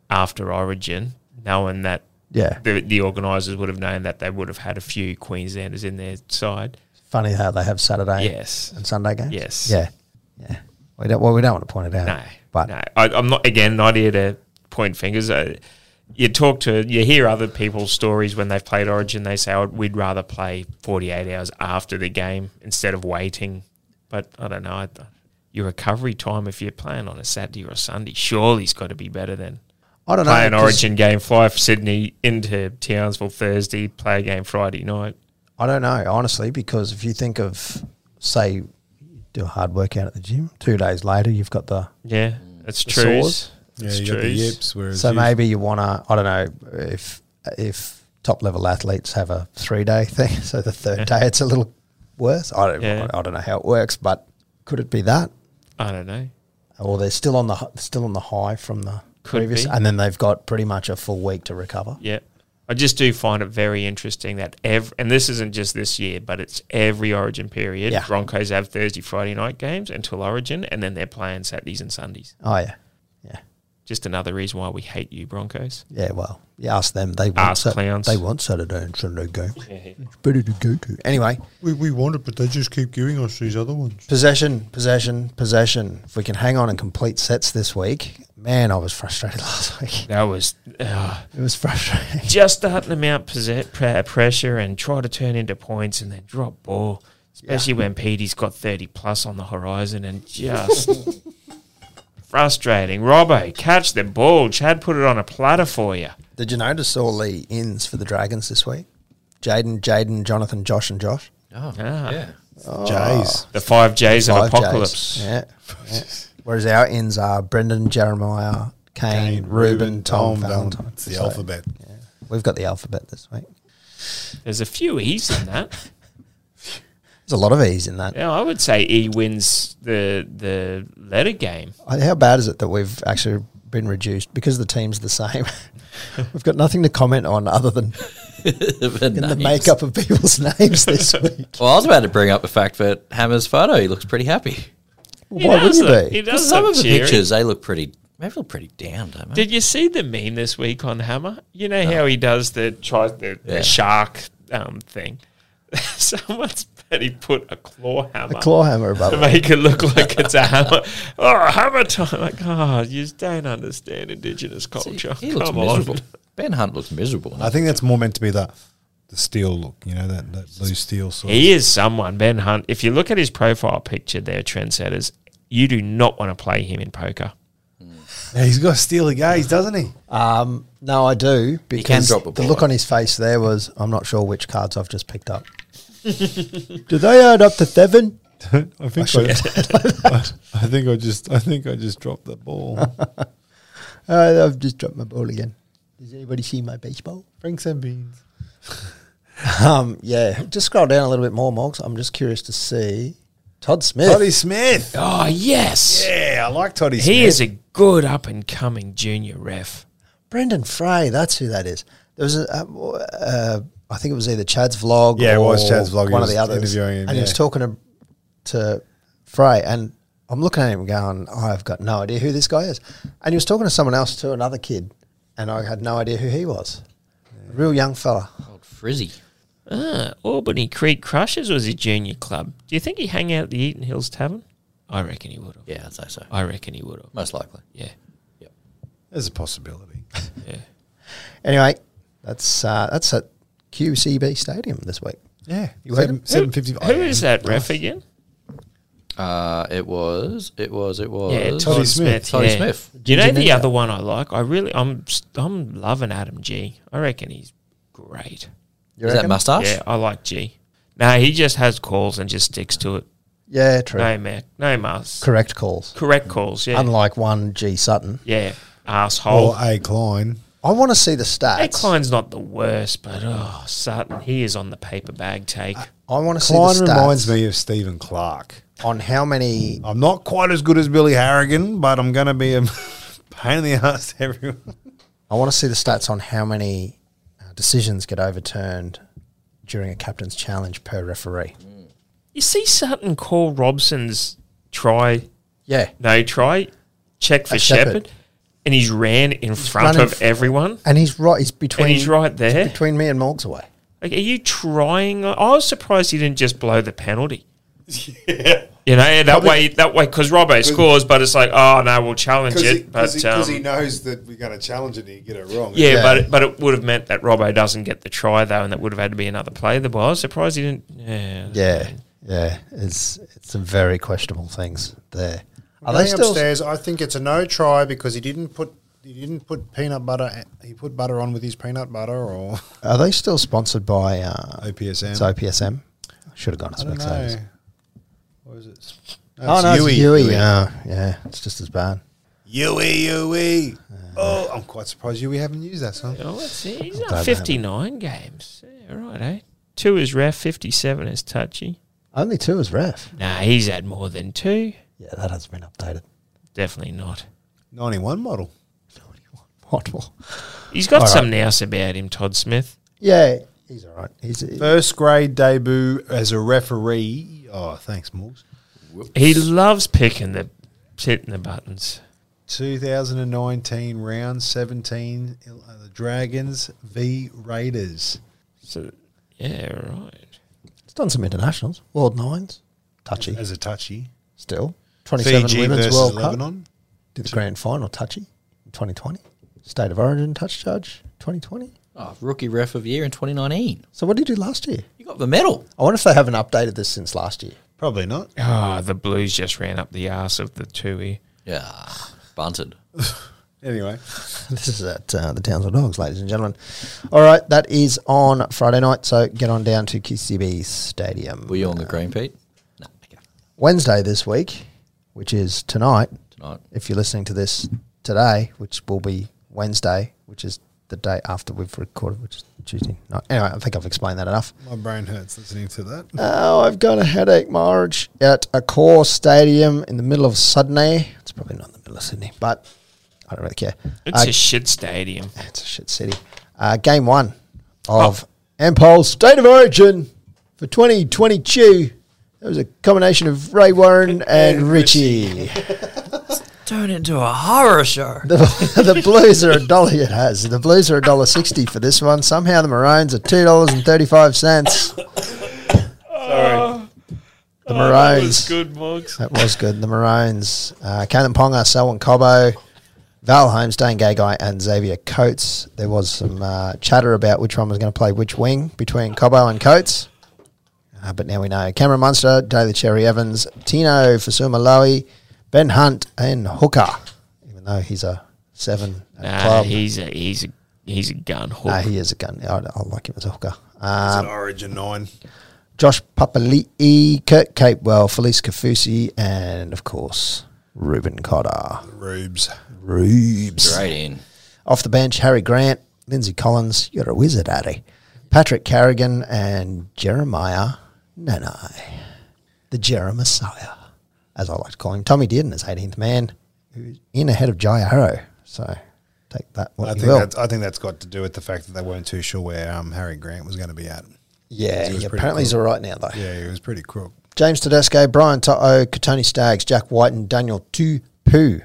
[SPEAKER 1] after Origin, knowing that
[SPEAKER 2] Yeah.
[SPEAKER 1] the, the organisers would have known that they would have had a few Queenslanders in their side.
[SPEAKER 2] Funny how they have Saturday
[SPEAKER 1] Yes.
[SPEAKER 2] and Sunday games.
[SPEAKER 1] Yes.
[SPEAKER 2] Yeah. Yeah. We don't, well, we don't want to point it out.
[SPEAKER 1] No,
[SPEAKER 2] But
[SPEAKER 1] no, I, I'm not. Again, not here to point fingers. I, you talk to, you hear other people's stories when they've played Origin. They say, oh, "We'd rather play 48 hours after the game instead of waiting." But I don't know. I, your recovery time, if you're playing on a Saturday or a Sunday, surely's got to be better than
[SPEAKER 2] I don't know.
[SPEAKER 1] play an
[SPEAKER 2] 'cause
[SPEAKER 1] Origin game, fly from Sydney into Townsville Thursday, play a game Friday night.
[SPEAKER 2] I don't know, honestly, because if you think of, say, you do a hard workout at the gym, two days later, you've got the.
[SPEAKER 1] Yeah, that's
[SPEAKER 2] The
[SPEAKER 1] true.
[SPEAKER 2] sores?
[SPEAKER 4] Yeah,
[SPEAKER 1] That's
[SPEAKER 4] you got the
[SPEAKER 1] true.
[SPEAKER 4] yips. Whereas
[SPEAKER 2] So
[SPEAKER 4] you-
[SPEAKER 2] maybe you want to, I don't know, if if top level athletes have a three day thing, so the third day it's a little worse. I don't,
[SPEAKER 1] Yeah.
[SPEAKER 2] I, don't know how it works, but could it be that?
[SPEAKER 1] I don't know.
[SPEAKER 2] Or they're still on the hi- still on the high from the
[SPEAKER 1] Could
[SPEAKER 2] previous,
[SPEAKER 1] be.
[SPEAKER 2] and then they've got pretty much a full week to recover.
[SPEAKER 1] Yeah. I just do find it very interesting that every, and this isn't just this year, but it's every Origin period.
[SPEAKER 2] Yeah.
[SPEAKER 1] Broncos have Thursday, Friday night games until Origin, and then they're playing Saturdays and Sundays.
[SPEAKER 2] Oh yeah, yeah,
[SPEAKER 1] Just another reason why we hate you, Broncos.
[SPEAKER 2] yeah. Well, you ask them; they want
[SPEAKER 1] Ask
[SPEAKER 2] Sat-
[SPEAKER 1] clowns.
[SPEAKER 2] They want Saturday and Sunday game. It's better to go to anyway.
[SPEAKER 5] We, we want it, but they just keep giving us these other ones.
[SPEAKER 2] Possession, possession, possession. If we can hang on and complete sets this week, man, I was frustrated last week.
[SPEAKER 1] That was uh,
[SPEAKER 2] It was frustrating.
[SPEAKER 1] just starting to mount possess, pre- pressure and try to turn into points and then drop ball, especially when Petey's got 30 plus on the horizon and just frustrating. Robbo, catch the ball. Chad put it on a platter for you.
[SPEAKER 2] Did you notice all the ins for the Dragons this week? Jaden, Jaden, Jonathan, Josh, and Josh.
[SPEAKER 3] Oh,
[SPEAKER 1] Ah.
[SPEAKER 3] yeah.
[SPEAKER 2] Oh.
[SPEAKER 1] Uh,
[SPEAKER 4] Jays.
[SPEAKER 1] The five J's of
[SPEAKER 2] Five Js.
[SPEAKER 1] apocalypse.
[SPEAKER 2] Yeah. yeah. Whereas our ins are Brendan, Jeremiah, Kane, Ruben, Tom, Valentine.
[SPEAKER 4] It's the
[SPEAKER 2] So
[SPEAKER 4] alphabet.
[SPEAKER 2] We've got the alphabet this week.
[SPEAKER 1] There's a few E's in that.
[SPEAKER 2] There's a lot of E's in that.
[SPEAKER 1] yeah, I would say E wins the the letter game.
[SPEAKER 2] Uh, How bad is it that we've actually been reduced because the team's the same? we've got nothing to comment on other than in the makeup of people's names this week.
[SPEAKER 3] Well, I was about to bring up the fact that Hammer's photo, he looks pretty happy.
[SPEAKER 1] He
[SPEAKER 2] Why would
[SPEAKER 1] does
[SPEAKER 2] you
[SPEAKER 1] look- he
[SPEAKER 2] be?
[SPEAKER 1] does
[SPEAKER 3] some
[SPEAKER 1] look
[SPEAKER 3] of the
[SPEAKER 1] cheery.
[SPEAKER 3] pictures, they look pretty, they look pretty down, don't they?
[SPEAKER 1] Did you see the meme this week on Hammer? You know how he does the try the,
[SPEAKER 3] Yeah.
[SPEAKER 1] the shark um, thing. Someone's but he put a claw hammer
[SPEAKER 2] A claw hammer above
[SPEAKER 1] to
[SPEAKER 2] it.
[SPEAKER 1] make it look like it's a hammer. Oh, hammer time! Like, oh, you just don't understand Indigenous culture.
[SPEAKER 3] He looks
[SPEAKER 1] Come
[SPEAKER 3] miserable.
[SPEAKER 1] on.
[SPEAKER 3] Ben Hunt looks miserable.
[SPEAKER 4] I think that's more meant to be the the steel look, you know, that, that loose steel sort.
[SPEAKER 1] He is someone, Ben Hunt. If you look at his profile picture, there, trendsetters, you do not want to play him in poker.
[SPEAKER 4] Yeah, he's got steely gaze, doesn't he?
[SPEAKER 2] Um, no, I do because
[SPEAKER 3] drop a
[SPEAKER 2] the
[SPEAKER 3] ball.
[SPEAKER 2] look on his face there was, I'm not sure which cards I've just picked up. Do they add up to seven?
[SPEAKER 4] I think I, I, I think I just I think I just dropped the ball.
[SPEAKER 2] Uh, I've just dropped my ball again. Does anybody see my baseball?
[SPEAKER 4] Bring some beans.
[SPEAKER 2] Um, yeah, just scroll down a little bit more, Morgs. I'm just curious to see Todd Smith.
[SPEAKER 4] Toddy Smith.
[SPEAKER 1] Oh, yes.
[SPEAKER 4] Yeah, I like Toddy Smith.
[SPEAKER 1] He is a good up and coming junior ref.
[SPEAKER 2] Brendan Frey, that's who that is. There was a, um, uh, I think it was either Chad's vlog.
[SPEAKER 4] Yeah, it was
[SPEAKER 2] or
[SPEAKER 4] Chad's vlog. He
[SPEAKER 2] One of
[SPEAKER 4] was
[SPEAKER 2] the others
[SPEAKER 4] interviewing him,
[SPEAKER 2] and he was
[SPEAKER 4] yeah.
[SPEAKER 2] talking to, to Frey, and I'm looking at him going, I've got no idea who this guy is. And he was talking to someone else, to another kid, and I had no idea who he was. A real young fella.
[SPEAKER 3] Old frizzy.
[SPEAKER 1] Ah, Albany Creek Crushers was his junior club. Do you think he hang out at the Eaton Hills Tavern? I reckon he would have.
[SPEAKER 3] Yeah, I'd say so.
[SPEAKER 1] I reckon he would have.
[SPEAKER 3] Most likely.
[SPEAKER 1] Yeah.
[SPEAKER 4] There's a possibility.
[SPEAKER 1] Yeah.
[SPEAKER 2] Anyway, that's uh, that's at QCB Stadium this week.
[SPEAKER 4] Yeah,
[SPEAKER 2] heard
[SPEAKER 4] seven
[SPEAKER 2] him?
[SPEAKER 4] seven fifty. Oh,
[SPEAKER 1] Who is that ref again?
[SPEAKER 3] Uh, it was, it was, it was.
[SPEAKER 1] Yeah,
[SPEAKER 4] Todd-
[SPEAKER 1] Toddy Oh,
[SPEAKER 4] Smith.
[SPEAKER 1] Smith.
[SPEAKER 3] Toddy
[SPEAKER 1] yeah.
[SPEAKER 3] Smith.
[SPEAKER 1] Do you know the
[SPEAKER 2] Ginger.
[SPEAKER 1] other one I like? I really, I'm, I'm loving Adam G. I reckon he's great.
[SPEAKER 2] You
[SPEAKER 3] Is that
[SPEAKER 2] reckon?
[SPEAKER 3] mustache?
[SPEAKER 1] Yeah, I like G. No, he just has calls and just sticks to it.
[SPEAKER 2] Yeah, true.
[SPEAKER 1] No Mac, no Mars.
[SPEAKER 2] Correct calls.
[SPEAKER 1] Correct calls. Yeah,
[SPEAKER 2] Unlike one G Sutton.
[SPEAKER 1] yeah. Asshole.
[SPEAKER 4] Or oh, A Klein.
[SPEAKER 2] I want to see the stats.
[SPEAKER 1] Hey, Klein's not the worst, but oh, Sutton, he is on the paper bag take.
[SPEAKER 2] I want to see the
[SPEAKER 4] Klein
[SPEAKER 2] stats.
[SPEAKER 4] reminds me of Stephen Clark.
[SPEAKER 2] on how many
[SPEAKER 4] I'm not quite as good as Billy Harrigan, but I'm going to be a pain in the ass to everyone.
[SPEAKER 2] I want to see the stats on how many uh, decisions get overturned during a captain's challenge per referee.
[SPEAKER 1] You see Sutton call Robson's try,
[SPEAKER 2] Yeah.
[SPEAKER 1] no try, check for
[SPEAKER 2] A Shepherd.
[SPEAKER 1] Shepherd, and he's ran in front
[SPEAKER 2] running
[SPEAKER 1] of
[SPEAKER 2] f-
[SPEAKER 1] everyone.
[SPEAKER 2] And he's right. He's between.
[SPEAKER 1] And he's right there.
[SPEAKER 2] Between me and Morgs away.
[SPEAKER 1] Like, are you trying? I was surprised he didn't just blow the penalty. You know, and that way, that way, because Robbo scores, but it's like, oh no, we'll challenge
[SPEAKER 4] Because he,
[SPEAKER 1] it. But
[SPEAKER 4] 'cause he- 'cause
[SPEAKER 1] um,
[SPEAKER 4] he knows that we're going to challenge it and you get it wrong.
[SPEAKER 1] yeah,
[SPEAKER 2] Yeah.
[SPEAKER 1] but it- but it would have meant that Robbo doesn't get the try though, and that would have had to be another play. The ball. I was surprised he didn't. Yeah,
[SPEAKER 2] Yeah. Yeah. It's it's some very questionable things there. Are
[SPEAKER 5] Going
[SPEAKER 2] they still?
[SPEAKER 5] upstairs,
[SPEAKER 4] I think it's a no try because he didn't put he didn't put peanut butter. He put butter on with his peanut butter or
[SPEAKER 2] Are they still sponsored by? Uh,
[SPEAKER 4] OPSM.
[SPEAKER 2] it's OPSM. Should have gone to
[SPEAKER 4] I don't
[SPEAKER 2] Specsavers.
[SPEAKER 4] know. Oh, What is it?
[SPEAKER 2] Oh no, it's Yui. Yeah, yeah, it's just as bad.
[SPEAKER 4] Yui, Yui.
[SPEAKER 2] Uh-huh.
[SPEAKER 4] oh, I'm quite surprised Yui haven't used that song.
[SPEAKER 1] Oh, let's see. He's
[SPEAKER 2] glad
[SPEAKER 1] got
[SPEAKER 2] they haven't.
[SPEAKER 1] 59 games. Yeah, right, eh? Two is ref, 57 is touchy.
[SPEAKER 2] Only two is ref.
[SPEAKER 1] Nah, he's had more than two.
[SPEAKER 2] Yeah, that hasn't been updated.
[SPEAKER 1] Definitely not.
[SPEAKER 4] 91 model.
[SPEAKER 2] What? will-
[SPEAKER 1] He's got
[SPEAKER 2] All right.
[SPEAKER 1] some nous about him, Todd Smith.
[SPEAKER 2] Yeah, he's all right. He's
[SPEAKER 4] First grade debut as a referee. Oh, thanks, Morgs.
[SPEAKER 1] He loves picking the hitting the buttons.
[SPEAKER 4] 2019 round 17, Il- uh, the Dragons v Raiders.
[SPEAKER 1] So yeah, right.
[SPEAKER 2] he's done some internationals, world nines, touchy
[SPEAKER 4] As a touchy.
[SPEAKER 2] still. Twenty-seven
[SPEAKER 4] Fiji
[SPEAKER 2] women's
[SPEAKER 4] versus
[SPEAKER 2] World Cup
[SPEAKER 4] Lebanon.
[SPEAKER 2] did the grand final, touchy, in twenty twenty. State of Origin touch judge, twenty twenty.
[SPEAKER 3] Oh, rookie ref of year in 2019.
[SPEAKER 2] So what did he do last year?
[SPEAKER 3] You got the medal.
[SPEAKER 2] I wonder if they haven't updated this since last year.
[SPEAKER 4] Probably not.
[SPEAKER 1] Ah, the Blues just ran up the arse of the Tui.
[SPEAKER 3] Yeah, bunted.
[SPEAKER 4] Anyway,
[SPEAKER 2] This is at uh, the Townsville Dogs, ladies and gentlemen. All right, that is on Friday night, so get on down to QCB Stadium.
[SPEAKER 3] Were you on the green, Pete? No, okay.
[SPEAKER 2] Wednesday this week, which is tonight,
[SPEAKER 3] tonight.
[SPEAKER 2] if you're listening to this today, which will be Wednesday, which is the day after we've recorded, which is Tuesday night. Anyway, I think I've explained that enough.
[SPEAKER 4] my brain hurts listening to that.
[SPEAKER 2] Oh, I've got a headache, Marge. At a core stadium in the middle of Sydney. It's probably not in the middle of Sydney, but I don't really care.
[SPEAKER 1] It's
[SPEAKER 2] Uh,
[SPEAKER 1] a shit stadium.
[SPEAKER 2] It's a shit city. Uh, game one
[SPEAKER 3] Oh.
[SPEAKER 2] of Ampol State of Origin for 2022. That was a combination of Ray Warren and Richie.
[SPEAKER 3] Turned into a horror show.
[SPEAKER 2] The, the Blues are a dollar. It has the Blues are a dollar sixty for this one. Somehow the Maroons are two dollars and thirty five cents. The Maroons.
[SPEAKER 1] Oh, good, Moggs.
[SPEAKER 2] That was good. The Maroons, uh, Caelan Ponga, Selwyn Cobbo, Val Holmes, Dane Gagai, and Xavier Coates. There was some uh, chatter about which one was going to play which wing between Cobbo and Coates. Uh, but now we know. Cameron Munster, Daly Cherry Evans, Tino Fasumalawi, Ben Hunt, and Hooker, even though he's a seven at the
[SPEAKER 1] Nah,
[SPEAKER 2] club.
[SPEAKER 1] he's a he's a he's a gun hook.
[SPEAKER 2] Nah, he is a gun. I, I like him as a hooker.
[SPEAKER 4] It's
[SPEAKER 2] Um,
[SPEAKER 4] an Origin 9.
[SPEAKER 2] Josh Papali'i, Kurt Capewell, Felice Kafusi, and of course, Ruben Cotter.
[SPEAKER 4] Rubes.
[SPEAKER 2] Rubes.
[SPEAKER 3] Straight in.
[SPEAKER 2] Off the bench, Harry Grant, Lindsay Collins, you're a wizard, Harry. Patrick Carrigan and Jeremiah Nanai. The Jeremiah, as I like to call him. Tommy Dearden is 18th man, who's in ahead of Jai Arrow. So take that what
[SPEAKER 4] I
[SPEAKER 2] you
[SPEAKER 4] think,
[SPEAKER 2] will.
[SPEAKER 4] that's, I think that's got to do with the fact that they weren't too sure where um, Harry Grant was going to be at.
[SPEAKER 2] yeah,
[SPEAKER 4] he was
[SPEAKER 2] he
[SPEAKER 4] pretty
[SPEAKER 2] apparently he's all right now, though.
[SPEAKER 4] Yeah, he was pretty crook.
[SPEAKER 2] James Tedesco, Brian To'o, Katoni Staggs, Jack White, and Daniel Tupu,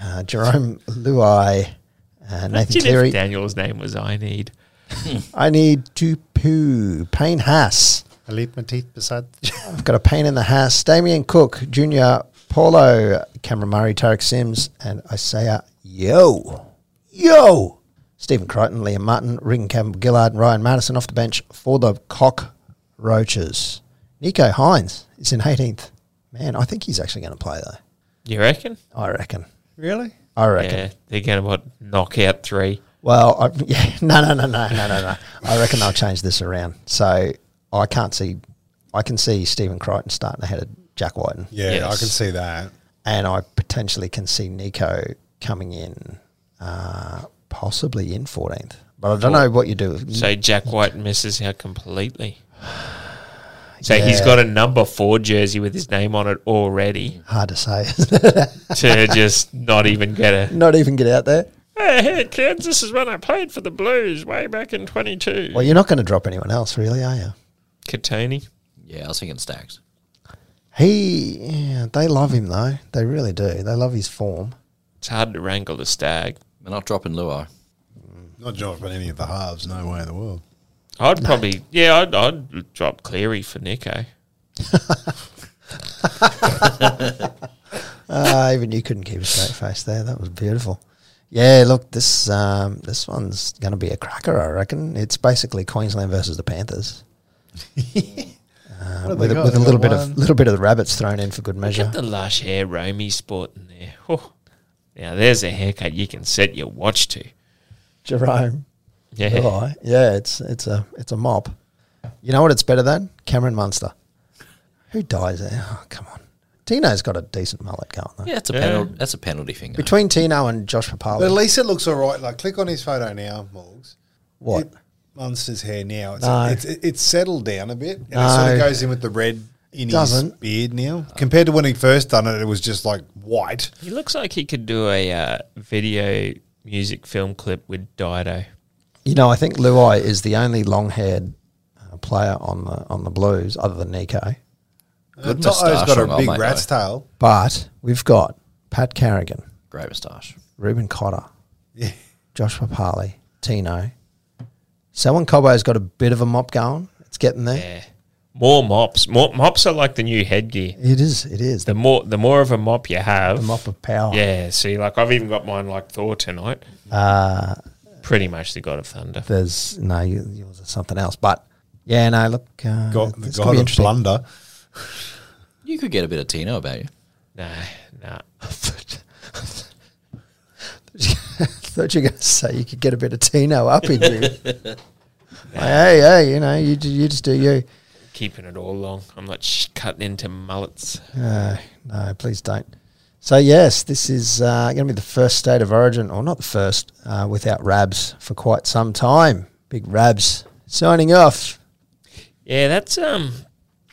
[SPEAKER 2] uh, Jerome Luai, uh, Nathan
[SPEAKER 1] Imagine if
[SPEAKER 2] Cleary.
[SPEAKER 1] Daniel's name was I need.
[SPEAKER 2] I need Tupu, Payne Haas.
[SPEAKER 4] I leave my teeth beside.
[SPEAKER 2] I've got a pain in the Haas. Damien Cook, Junior Paulo, Cameron Murray, Tarek Sims, and Isaiah Yo. Yo! Stephen Crichton, Liam Martin, Regan Campbell Gillard, and Ryan Madison off the bench for the Cockroaches. Nico Hines is in 18th. Man, I think he's actually going to play, though.
[SPEAKER 1] You reckon?
[SPEAKER 2] I reckon.
[SPEAKER 4] really?
[SPEAKER 2] I reckon.
[SPEAKER 1] Yeah, they're going to what knock out three.
[SPEAKER 2] Well, I, yeah, no, no, no, no, no, no, no. I reckon they'll change this around. So I can't see. I can see Stephen Crichton starting ahead of Jack Whiten,
[SPEAKER 4] Yeah,
[SPEAKER 1] Yes.
[SPEAKER 4] I can see that.
[SPEAKER 2] and I potentially can see Nico coming in, uh, possibly in fourteenth. But I don't know what you do. with-
[SPEAKER 1] So Jack White misses out completely. So he's got a number four jersey with his name on it already
[SPEAKER 2] Hard to say.
[SPEAKER 1] to just not even get a.
[SPEAKER 2] Not even get out there.
[SPEAKER 1] Hey, hey, kids, this is when I played for the Blues way back in 22.
[SPEAKER 2] Well, you're not going to drop anyone else, really, are you?
[SPEAKER 1] Katoni.
[SPEAKER 3] Yeah, I was thinking Stacks.
[SPEAKER 2] He, yeah, they love him though. They really do. They love his form.
[SPEAKER 1] It's hard to wrangle the stag.
[SPEAKER 3] We're not dropping Luai.
[SPEAKER 4] Not dropping any of the halves, no way in the world.
[SPEAKER 1] I'd probably, yeah, I'd, I'd drop Cleary for Nico.
[SPEAKER 2] Uh, even you couldn't keep a straight face there. That was beautiful. Yeah, look, this um, this one's going to be a cracker, I reckon. It's basically Queensland versus the Panthers. Uh,
[SPEAKER 4] have
[SPEAKER 2] with
[SPEAKER 4] they
[SPEAKER 2] a,
[SPEAKER 4] got?
[SPEAKER 2] with a
[SPEAKER 4] They
[SPEAKER 2] little
[SPEAKER 4] got
[SPEAKER 2] bit of
[SPEAKER 4] one.
[SPEAKER 2] little bit of the rabbits thrown in for good
[SPEAKER 1] Look
[SPEAKER 2] measure.
[SPEAKER 1] at the lush hair Romy sport in there. Oh, now there's a haircut you can set your watch to.
[SPEAKER 2] Jerome,
[SPEAKER 1] Yeah.
[SPEAKER 2] right? Yeah, it's it's a it's a mop. You know what? It's better than Cameron Munster, who dies. there? Oh, come on, Tino's got a decent mullet going though.
[SPEAKER 3] Yeah, that's a
[SPEAKER 1] Yeah.
[SPEAKER 3] penalty. That's a penalty finger.
[SPEAKER 2] Between Tino and Josh
[SPEAKER 4] But at
[SPEAKER 2] Papali,
[SPEAKER 4] least it looks all right. Like, click on his photo now, Morgs.
[SPEAKER 2] what?
[SPEAKER 4] It, Munster's hair now. It's,
[SPEAKER 2] No.
[SPEAKER 4] it's, it's settled down a bit. And
[SPEAKER 2] No.
[SPEAKER 4] it sort of goes in with the red in his
[SPEAKER 2] Doesn't.
[SPEAKER 4] beard now. Compared to when he first done it, it was just like white.
[SPEAKER 1] He looks like he could do a uh, video music film clip with Dido.
[SPEAKER 2] You know, I think Luai is the only long-haired uh, player on the on the Blues, other than Nico.
[SPEAKER 3] Good
[SPEAKER 4] Toto's
[SPEAKER 3] moustache
[SPEAKER 4] got
[SPEAKER 3] on
[SPEAKER 4] a
[SPEAKER 3] old
[SPEAKER 4] big
[SPEAKER 3] mate,
[SPEAKER 4] rat's
[SPEAKER 3] though.
[SPEAKER 4] tail.
[SPEAKER 2] But we've got Pat Carrigan,
[SPEAKER 3] Great moustache.
[SPEAKER 2] Ruben Cotter,
[SPEAKER 4] Yeah.
[SPEAKER 2] Josh Papali, Tino. Selwyn Cobbo's got a bit of a mop going. It's getting there.
[SPEAKER 1] Yeah. More mops. More mops are like the new headgear.
[SPEAKER 2] It is. It is the,
[SPEAKER 1] The more the more of a mop you have.
[SPEAKER 2] the mop of power.
[SPEAKER 1] Yeah. See, like I've even got mine like Thor tonight.
[SPEAKER 2] Uh,
[SPEAKER 1] Pretty much the God of Thunder.
[SPEAKER 2] there's no you- yours is something else, but yeah, no. Look, uh,
[SPEAKER 4] Got
[SPEAKER 2] this could
[SPEAKER 4] the
[SPEAKER 2] be
[SPEAKER 4] god of
[SPEAKER 2] interesting.
[SPEAKER 4] blunder.
[SPEAKER 3] You could get a bit of Tino about you.
[SPEAKER 1] No, no.
[SPEAKER 2] thought you were going to say you could get a bit of Tino up in you. hey, hey, you know, you, ju- you just do you.
[SPEAKER 1] Keeping it all long. I'm not sh- cutting into mullets.
[SPEAKER 2] Uh, no, please don't. So, yes, this is uh, going to be the first state of origin, or not the first, uh, without Rabs for quite some time. Big Rabs signing off.
[SPEAKER 1] Yeah, that's um.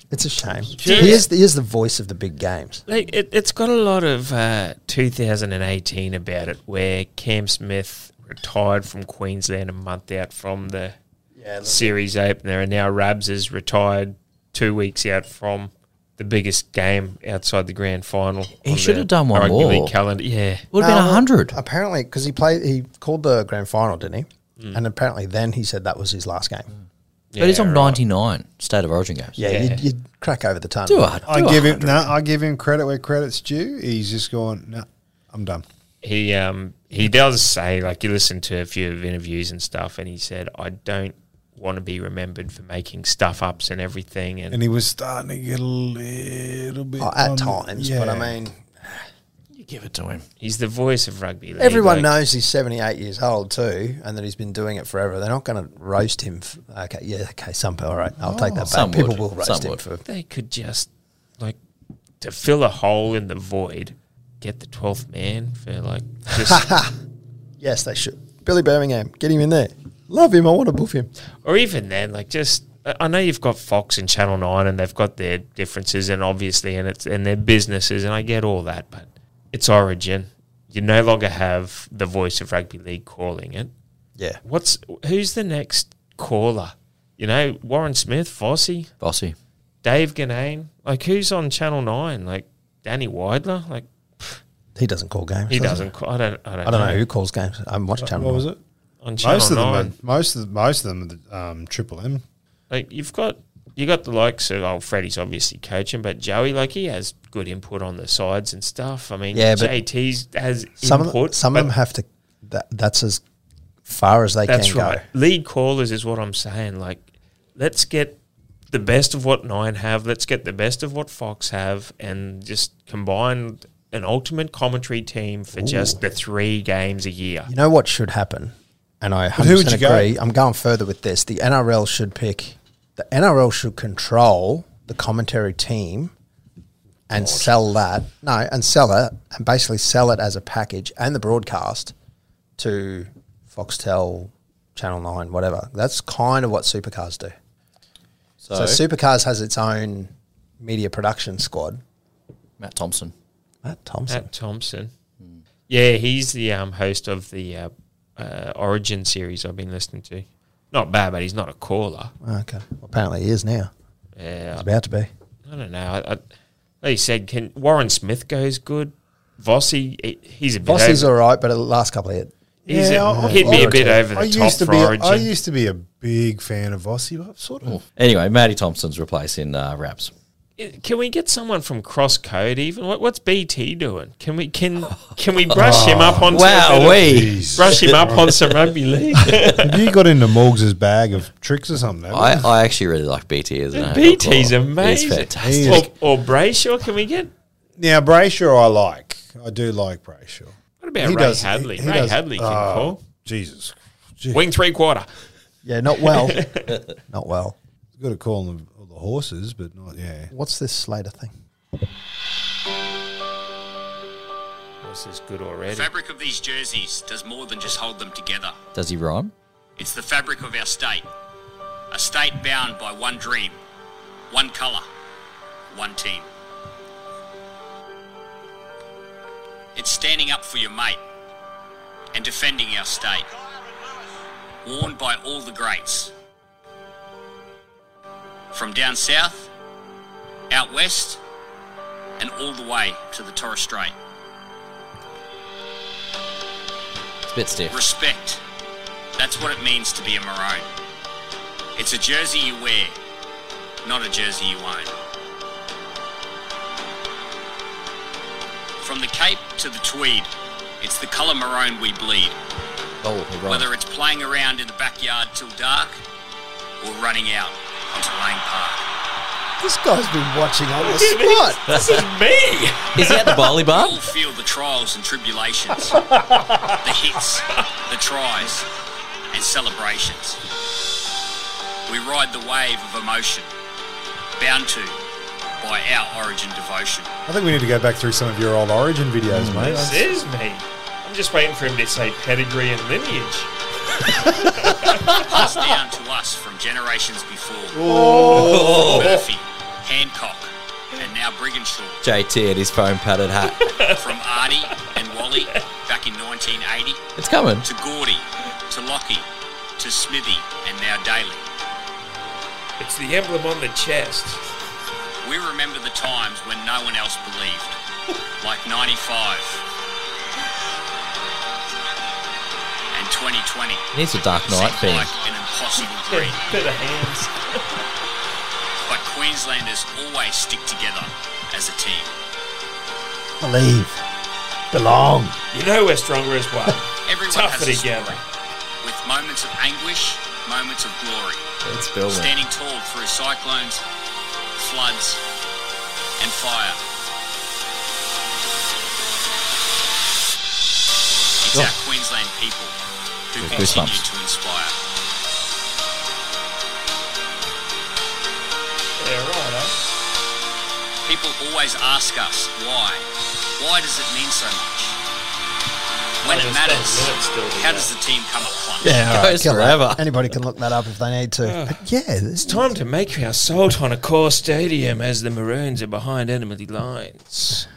[SPEAKER 2] It's a shame.
[SPEAKER 1] Yeah.
[SPEAKER 2] He, is the, he is the voice of the big games.
[SPEAKER 1] Like it, it's got a lot of uh, 2018 about it, where Cam Smith retired from Queensland a month out from the series opener, and now Rabs is retired two weeks out from the biggest game outside the grand final.
[SPEAKER 3] He
[SPEAKER 1] on
[SPEAKER 3] should
[SPEAKER 1] the
[SPEAKER 3] have done one
[SPEAKER 1] rugby
[SPEAKER 3] more.
[SPEAKER 1] league calendar. Yeah,
[SPEAKER 3] Would
[SPEAKER 2] No,
[SPEAKER 3] have been
[SPEAKER 2] well,
[SPEAKER 3] been hundred.
[SPEAKER 2] Apparently, because he played, he called the grand final, didn't he?
[SPEAKER 3] Hmm.
[SPEAKER 2] And apparently, then he said that was his last game.
[SPEAKER 1] yeah
[SPEAKER 3] But he's on
[SPEAKER 1] right.
[SPEAKER 3] ninety nine state of origin games.
[SPEAKER 2] Yeah,
[SPEAKER 1] Yeah.
[SPEAKER 2] You'd, you'd crack over the ton.
[SPEAKER 3] Do a, do
[SPEAKER 4] I
[SPEAKER 3] a
[SPEAKER 4] give him
[SPEAKER 3] 100.
[SPEAKER 4] no. I give him credit where credit's due. He's just going. No, I'm done.
[SPEAKER 1] He um he does say like you listen to a few of interviews and stuff, and he said I don't want to be remembered for making stuff ups and everything, and
[SPEAKER 4] And he was starting to get a little bit
[SPEAKER 2] Oh, at
[SPEAKER 1] Um,
[SPEAKER 4] on the-
[SPEAKER 2] times, but I mean,
[SPEAKER 3] You give it to him.
[SPEAKER 1] he's the voice of rugby. League,
[SPEAKER 2] everyone
[SPEAKER 1] like-
[SPEAKER 2] knows he's 78 years old too, and that he's been doing it forever. They're not going to roast him. f okay, yeah, okay, some, all right, I'll take that
[SPEAKER 3] Oh. Some
[SPEAKER 2] back. People
[SPEAKER 3] would.
[SPEAKER 2] will roast
[SPEAKER 3] Some
[SPEAKER 2] him
[SPEAKER 3] would.
[SPEAKER 2] for.
[SPEAKER 1] they could just like to fill a hole in the void, get the twelfth man for like just
[SPEAKER 2] Yes, they should. Billy Birmingham, get him in there. Love him. I want to boof him.
[SPEAKER 1] or even then like just I I know you've got Fox and Channel Nine and they've got their differences and obviously and it's and their businesses and I get all that, but it's origin. You no longer have the voice of rugby league calling it.
[SPEAKER 2] Yeah.
[SPEAKER 1] What's who's the next caller? You know, Warren Smith, Fossey,
[SPEAKER 3] Bossy.
[SPEAKER 1] Dave Ganane, like who's on Channel Nine? Like Danny Widler, like
[SPEAKER 2] He doesn't call games.
[SPEAKER 1] He
[SPEAKER 2] does
[SPEAKER 1] doesn't. Call, I don't. I don't,
[SPEAKER 2] I don't know who calls games. I'm watching Channel.
[SPEAKER 4] What was
[SPEAKER 2] Nine.
[SPEAKER 4] it?
[SPEAKER 1] On Channel
[SPEAKER 4] Most of them.
[SPEAKER 1] Nine,
[SPEAKER 4] Are, most of most of them. Are the, um, Triple M.
[SPEAKER 1] like you've got you got the likes of oh, Freddie's obviously coaching, but Joey like he has good input on the sides and stuff. I mean,
[SPEAKER 2] Yeah,
[SPEAKER 1] yeah,
[SPEAKER 2] but
[SPEAKER 1] JT's has
[SPEAKER 2] Some of them,
[SPEAKER 1] input.
[SPEAKER 2] some
[SPEAKER 1] but
[SPEAKER 2] of them have to. That, that's as far as they
[SPEAKER 1] that's
[SPEAKER 2] can
[SPEAKER 1] right.
[SPEAKER 2] go.
[SPEAKER 1] Lead callers is what I'm saying. Like, let's get the best of what Nine have. Let's get the best of what Fox have, and just combine an ultimate commentary team for just the three games a year.
[SPEAKER 2] You know what should happen, and I
[SPEAKER 4] who
[SPEAKER 2] 100%
[SPEAKER 4] would
[SPEAKER 2] agree.
[SPEAKER 4] you go?
[SPEAKER 2] I'm going further with this. The NRL should pick. The NRL should control the commentary team, and sell that. No, and sell it, and basically sell it as a package and the broadcast to Foxtel, Channel Nine, whatever. That's kind of what supercars do. So,
[SPEAKER 3] So,
[SPEAKER 2] supercars has its own media production squad.
[SPEAKER 3] Matt Thompson.
[SPEAKER 2] Matt Thompson.
[SPEAKER 4] Hmm.
[SPEAKER 1] Matt Thompson. Yeah, he's the um, host of the uh, uh, Origin series I've been listening to. Not bad, but he's not a caller.
[SPEAKER 2] Okay. Well, apparently he is now.
[SPEAKER 1] Yeah,
[SPEAKER 2] He's about to be.
[SPEAKER 1] I don't know. I, I, like you said, can Warren Smith goes good? Vossi, he- he's a bit.
[SPEAKER 2] Bossy's
[SPEAKER 1] over,
[SPEAKER 2] all right, but the last couple of hit.
[SPEAKER 1] he's
[SPEAKER 4] Yeah, I-
[SPEAKER 1] a, he'd be a bit over the
[SPEAKER 4] I
[SPEAKER 1] top
[SPEAKER 4] used to
[SPEAKER 1] for
[SPEAKER 4] be.
[SPEAKER 1] Origin. Oh,
[SPEAKER 4] I used to be a big fan of Vossi, but I've sort of.
[SPEAKER 3] Anyway, Maddie Thompson's replacing uh, Raps.
[SPEAKER 1] I- Can we get someone from Cross Code even? What, what's BT doing? Can we can can we brush him up on
[SPEAKER 3] Oh, Wow, we.
[SPEAKER 1] brush him up on some rugby league?
[SPEAKER 4] Have you got into Morgs' bag of tricks or something? haven't
[SPEAKER 3] I,
[SPEAKER 4] you?
[SPEAKER 3] I actually really like BT as an overall.
[SPEAKER 1] BT's amazing.
[SPEAKER 3] He's fantastic.
[SPEAKER 1] Or, or Brayshaw? Can we get?
[SPEAKER 4] now Brayshaw, I like. I do like Brayshaw.
[SPEAKER 1] What about Ray Hadley? Ray
[SPEAKER 4] does-
[SPEAKER 1] Hadley can
[SPEAKER 4] oh,
[SPEAKER 1] call
[SPEAKER 4] Jesus,
[SPEAKER 1] wing three quarter.
[SPEAKER 2] Yeah, not well. not well.
[SPEAKER 4] good at calling the, the horses, but not yeah.
[SPEAKER 2] What's this Slater thing?
[SPEAKER 1] This is good already.
[SPEAKER 6] The fabric of these jerseys does more than just hold them together.
[SPEAKER 3] Does he rhyme?
[SPEAKER 6] It's the fabric of our state. A state bound by one dream, one colour, one team. It's standing up for your mate and defending our state. Worn by all the greats. From down south, out west, and all the way to the Torres Strait.
[SPEAKER 3] It's a bit stiff.
[SPEAKER 6] Respect. That's what it means to be a Maroon. It's a jersey you wear, not a jersey you own. From the Cape to the Tweed, it's the colour maroon we bleed.
[SPEAKER 3] Oh, he rhymed.
[SPEAKER 6] Whether it's playing around in the backyard till dark or running out onto Lane Park.
[SPEAKER 2] This guy's been watching on the spot.
[SPEAKER 1] This is me.
[SPEAKER 3] Is he at the bowling bar?
[SPEAKER 6] We'll feel the trials and tribulations, the hits, the tries, and celebrations. We ride the wave of emotion, bound to by our origin devotion.
[SPEAKER 4] I think we need to go back through some of your old Origin videos, mate.
[SPEAKER 1] This is me. I'm just waiting for him to say pedigree and lineage.
[SPEAKER 6] Passed down to us from generations before. Murphy, Hancock, and now Brigginshaw.
[SPEAKER 3] JT and his foam padded hat.
[SPEAKER 6] From Artie and Wally back in 1980
[SPEAKER 3] It's coming.
[SPEAKER 6] to Gordy, to Lockie, to Smithy, and now Daly.
[SPEAKER 1] It's the emblem on the chest.
[SPEAKER 6] We remember the times when no one else believed, like 95 and 2020.
[SPEAKER 3] He needs a Dark Knight thing.
[SPEAKER 6] seemed like an impossible dream,
[SPEAKER 1] Bit of hands.
[SPEAKER 6] but Queenslanders always stick together as a team.
[SPEAKER 2] Believe. Belong.
[SPEAKER 1] You know we're stronger as one.
[SPEAKER 6] Everyone
[SPEAKER 1] Tougher
[SPEAKER 6] has a story,
[SPEAKER 1] together.
[SPEAKER 6] with moments of anguish, moments of glory,
[SPEAKER 3] It's building.
[SPEAKER 6] standing tall through cyclones, floods, and fire. It's our Queensland people who
[SPEAKER 3] Yeah,
[SPEAKER 6] continue
[SPEAKER 3] goosebumps.
[SPEAKER 6] to inspire.
[SPEAKER 1] Yeah, right.
[SPEAKER 6] People always ask us why. Why does it mean so much? When
[SPEAKER 1] Oh,
[SPEAKER 6] it
[SPEAKER 1] there's
[SPEAKER 6] matters,
[SPEAKER 1] ten minutes still to
[SPEAKER 6] how
[SPEAKER 1] go.
[SPEAKER 6] does the team come up clutch?
[SPEAKER 2] Yeah, all
[SPEAKER 3] Goes
[SPEAKER 2] kill that.
[SPEAKER 3] forever.
[SPEAKER 2] Anybody can look that up if they need to. But yeah, this
[SPEAKER 1] Oh. It's time to make our assault on a core stadium as the Maroons are behind enemy lines.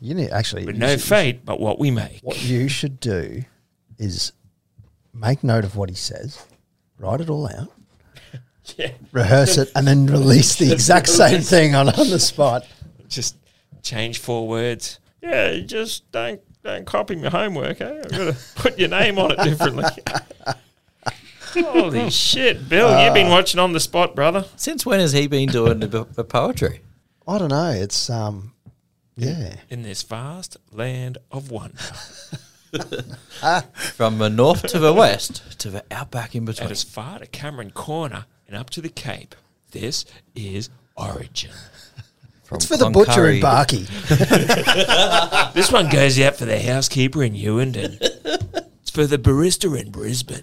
[SPEAKER 2] you need actually.
[SPEAKER 1] With
[SPEAKER 2] you
[SPEAKER 1] no
[SPEAKER 2] should-
[SPEAKER 1] fate, but what we make.
[SPEAKER 2] What you should do is make note of what he says, write it all out,
[SPEAKER 1] Yeah.
[SPEAKER 2] rehearse it, and then release the exact same thing on, on the spot.
[SPEAKER 1] Just change four words. Yeah, just don't don't copy my homework, eh? I've got to put your name on it differently. Holy shit, Bill, you've been watching on the spot, brother.
[SPEAKER 3] Since when has he been doing the, the poetry?
[SPEAKER 2] I don't know. It's um, yeah.
[SPEAKER 1] in this vast land of wonder
[SPEAKER 3] From the north to the west to the outback in
[SPEAKER 1] and
[SPEAKER 3] between.
[SPEAKER 1] as far to Cameron Corner and up to the Cape. This is Origin.
[SPEAKER 3] From
[SPEAKER 2] It's for the butcher
[SPEAKER 3] Cloncurry-
[SPEAKER 2] and Barkey.
[SPEAKER 1] This one goes out for the housekeeper in Hewenden. It's for the barista in Brisbane.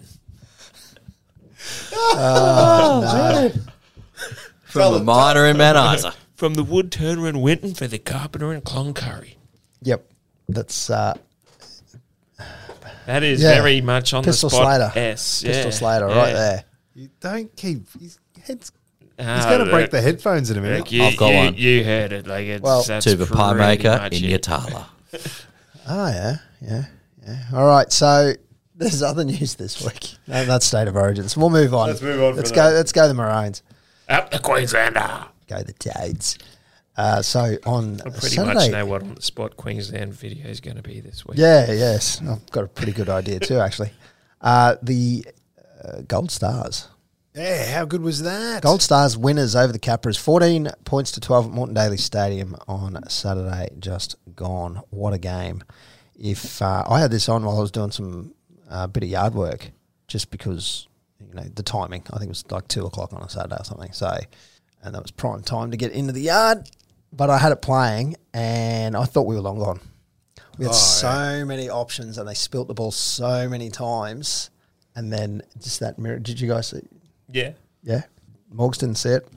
[SPEAKER 3] From the miner in Mount Isa.
[SPEAKER 1] From the wood turner in Winton for the carpenter in Cloncurry.
[SPEAKER 2] Yep, that's uh,
[SPEAKER 1] That is
[SPEAKER 2] Yeah.
[SPEAKER 1] very much on
[SPEAKER 2] Pistol
[SPEAKER 1] the spot.
[SPEAKER 2] Slater.
[SPEAKER 1] S.
[SPEAKER 2] Pistol
[SPEAKER 1] yeah,
[SPEAKER 2] Slater
[SPEAKER 1] yeah.
[SPEAKER 2] right there.
[SPEAKER 4] You don't keep. His head's,
[SPEAKER 1] Ah,
[SPEAKER 4] he's going to break
[SPEAKER 1] look,
[SPEAKER 4] the headphones in a minute.
[SPEAKER 1] look, you,
[SPEAKER 3] I've got
[SPEAKER 1] you-
[SPEAKER 3] one.
[SPEAKER 1] You heard it. Like it's,
[SPEAKER 2] Well-
[SPEAKER 1] that's
[SPEAKER 3] To the pie
[SPEAKER 1] pretty
[SPEAKER 3] maker
[SPEAKER 1] much
[SPEAKER 3] in
[SPEAKER 1] it.
[SPEAKER 3] Yatala.
[SPEAKER 2] Oh yeah, yeah, yeah. All right, so There's other news this week. No, that's state of origins. We'll move on.
[SPEAKER 4] Let's move on
[SPEAKER 2] Let's
[SPEAKER 4] from
[SPEAKER 2] go.
[SPEAKER 4] that.
[SPEAKER 2] Let's go the Maroons.
[SPEAKER 1] Up the Queenslander.
[SPEAKER 2] Go the Jades. Uh, so on
[SPEAKER 1] I pretty
[SPEAKER 2] Saturday,
[SPEAKER 1] much know what on the spot Queensland video is going to be this week.
[SPEAKER 2] Yeah, yes. I've got a pretty good idea too, actually. Uh, the uh, Gold Stars.
[SPEAKER 4] Yeah, how good was that?
[SPEAKER 2] Gold Stars winners over the Capras, 14 points to 12 at Morton Daly Stadium on Saturday, just gone. What a game. If uh, I had this on while I was doing some uh, bit of yard work, just because, you know, the timing, I think it was like 2 o'clock on a Saturday or something. So, and that was prime time to get into the yard. But I had it playing and I thought we were long gone. We had so many options and they spilt the ball so many times. And then just that mirror. Did you guys see?
[SPEAKER 1] Yeah.
[SPEAKER 2] Yeah. Morgs didn't see it.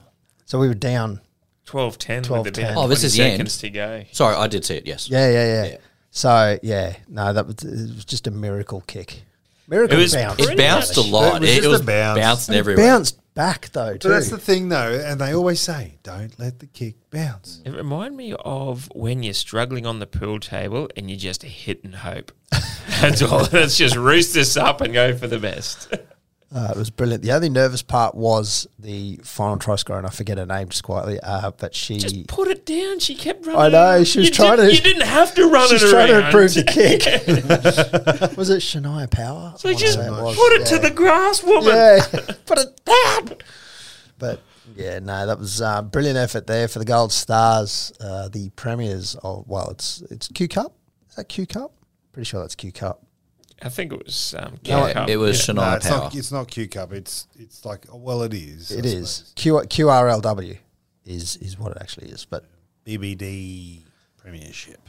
[SPEAKER 2] So we were down.
[SPEAKER 1] 12 10 with
[SPEAKER 2] 12-10.
[SPEAKER 1] about
[SPEAKER 3] Oh, this
[SPEAKER 1] 20
[SPEAKER 3] is the end.
[SPEAKER 1] seconds to go.
[SPEAKER 3] Sorry, I did see it. Yes.
[SPEAKER 2] Yeah, yeah, yeah. So, yeah. No, that was, it was just a miracle kick.
[SPEAKER 1] It
[SPEAKER 2] Miracle
[SPEAKER 1] was
[SPEAKER 2] bounce.
[SPEAKER 1] pretty
[SPEAKER 3] It bounced a
[SPEAKER 1] much.
[SPEAKER 3] lot.
[SPEAKER 4] It was
[SPEAKER 3] It,
[SPEAKER 4] just
[SPEAKER 3] it was
[SPEAKER 4] a bounce.
[SPEAKER 3] bouncing
[SPEAKER 2] It
[SPEAKER 3] everywhere.
[SPEAKER 2] bounced back, though,
[SPEAKER 4] So
[SPEAKER 2] too.
[SPEAKER 4] that's the thing, though, and they always say, "Don't let the kick bounce."
[SPEAKER 1] It reminded me of when you're struggling on the pool table and you just hit and hope. That's all. Let's just roost this up and go for the best.
[SPEAKER 2] Uh, it was brilliant. The only nervous part was the final try scorer, and I forget her name just quietly, uh, but she.
[SPEAKER 1] Just put it down. She kept running.
[SPEAKER 2] I know,
[SPEAKER 1] around.
[SPEAKER 2] she was
[SPEAKER 1] You
[SPEAKER 2] trying
[SPEAKER 1] didn't-
[SPEAKER 2] to-
[SPEAKER 1] You didn't have to run
[SPEAKER 2] She's
[SPEAKER 1] it
[SPEAKER 2] trying
[SPEAKER 1] around.
[SPEAKER 2] to improve the kick. was it Shania Power?
[SPEAKER 1] So
[SPEAKER 2] Whatever
[SPEAKER 1] just
[SPEAKER 2] it was,
[SPEAKER 1] put it to
[SPEAKER 2] yeah.
[SPEAKER 1] the grass, woman.
[SPEAKER 2] Yeah, put it down. But yeah, no, that was uh, brilliant effort there for the Gold Stars, uh, the premiers of well, it's it's Q Cup. Is that Q Cup? Pretty sure that's Q Cup.
[SPEAKER 1] I think it was. Um,
[SPEAKER 3] No,
[SPEAKER 1] Q Cup.
[SPEAKER 3] it, it was
[SPEAKER 4] No,
[SPEAKER 3] Shania
[SPEAKER 4] it's
[SPEAKER 3] Power.
[SPEAKER 4] not. It's not Q cup. It's it's like oh, well, it is. I
[SPEAKER 2] It is
[SPEAKER 4] suppose.
[SPEAKER 2] Q QRLW is is what it actually is. But
[SPEAKER 4] BBD Premiership.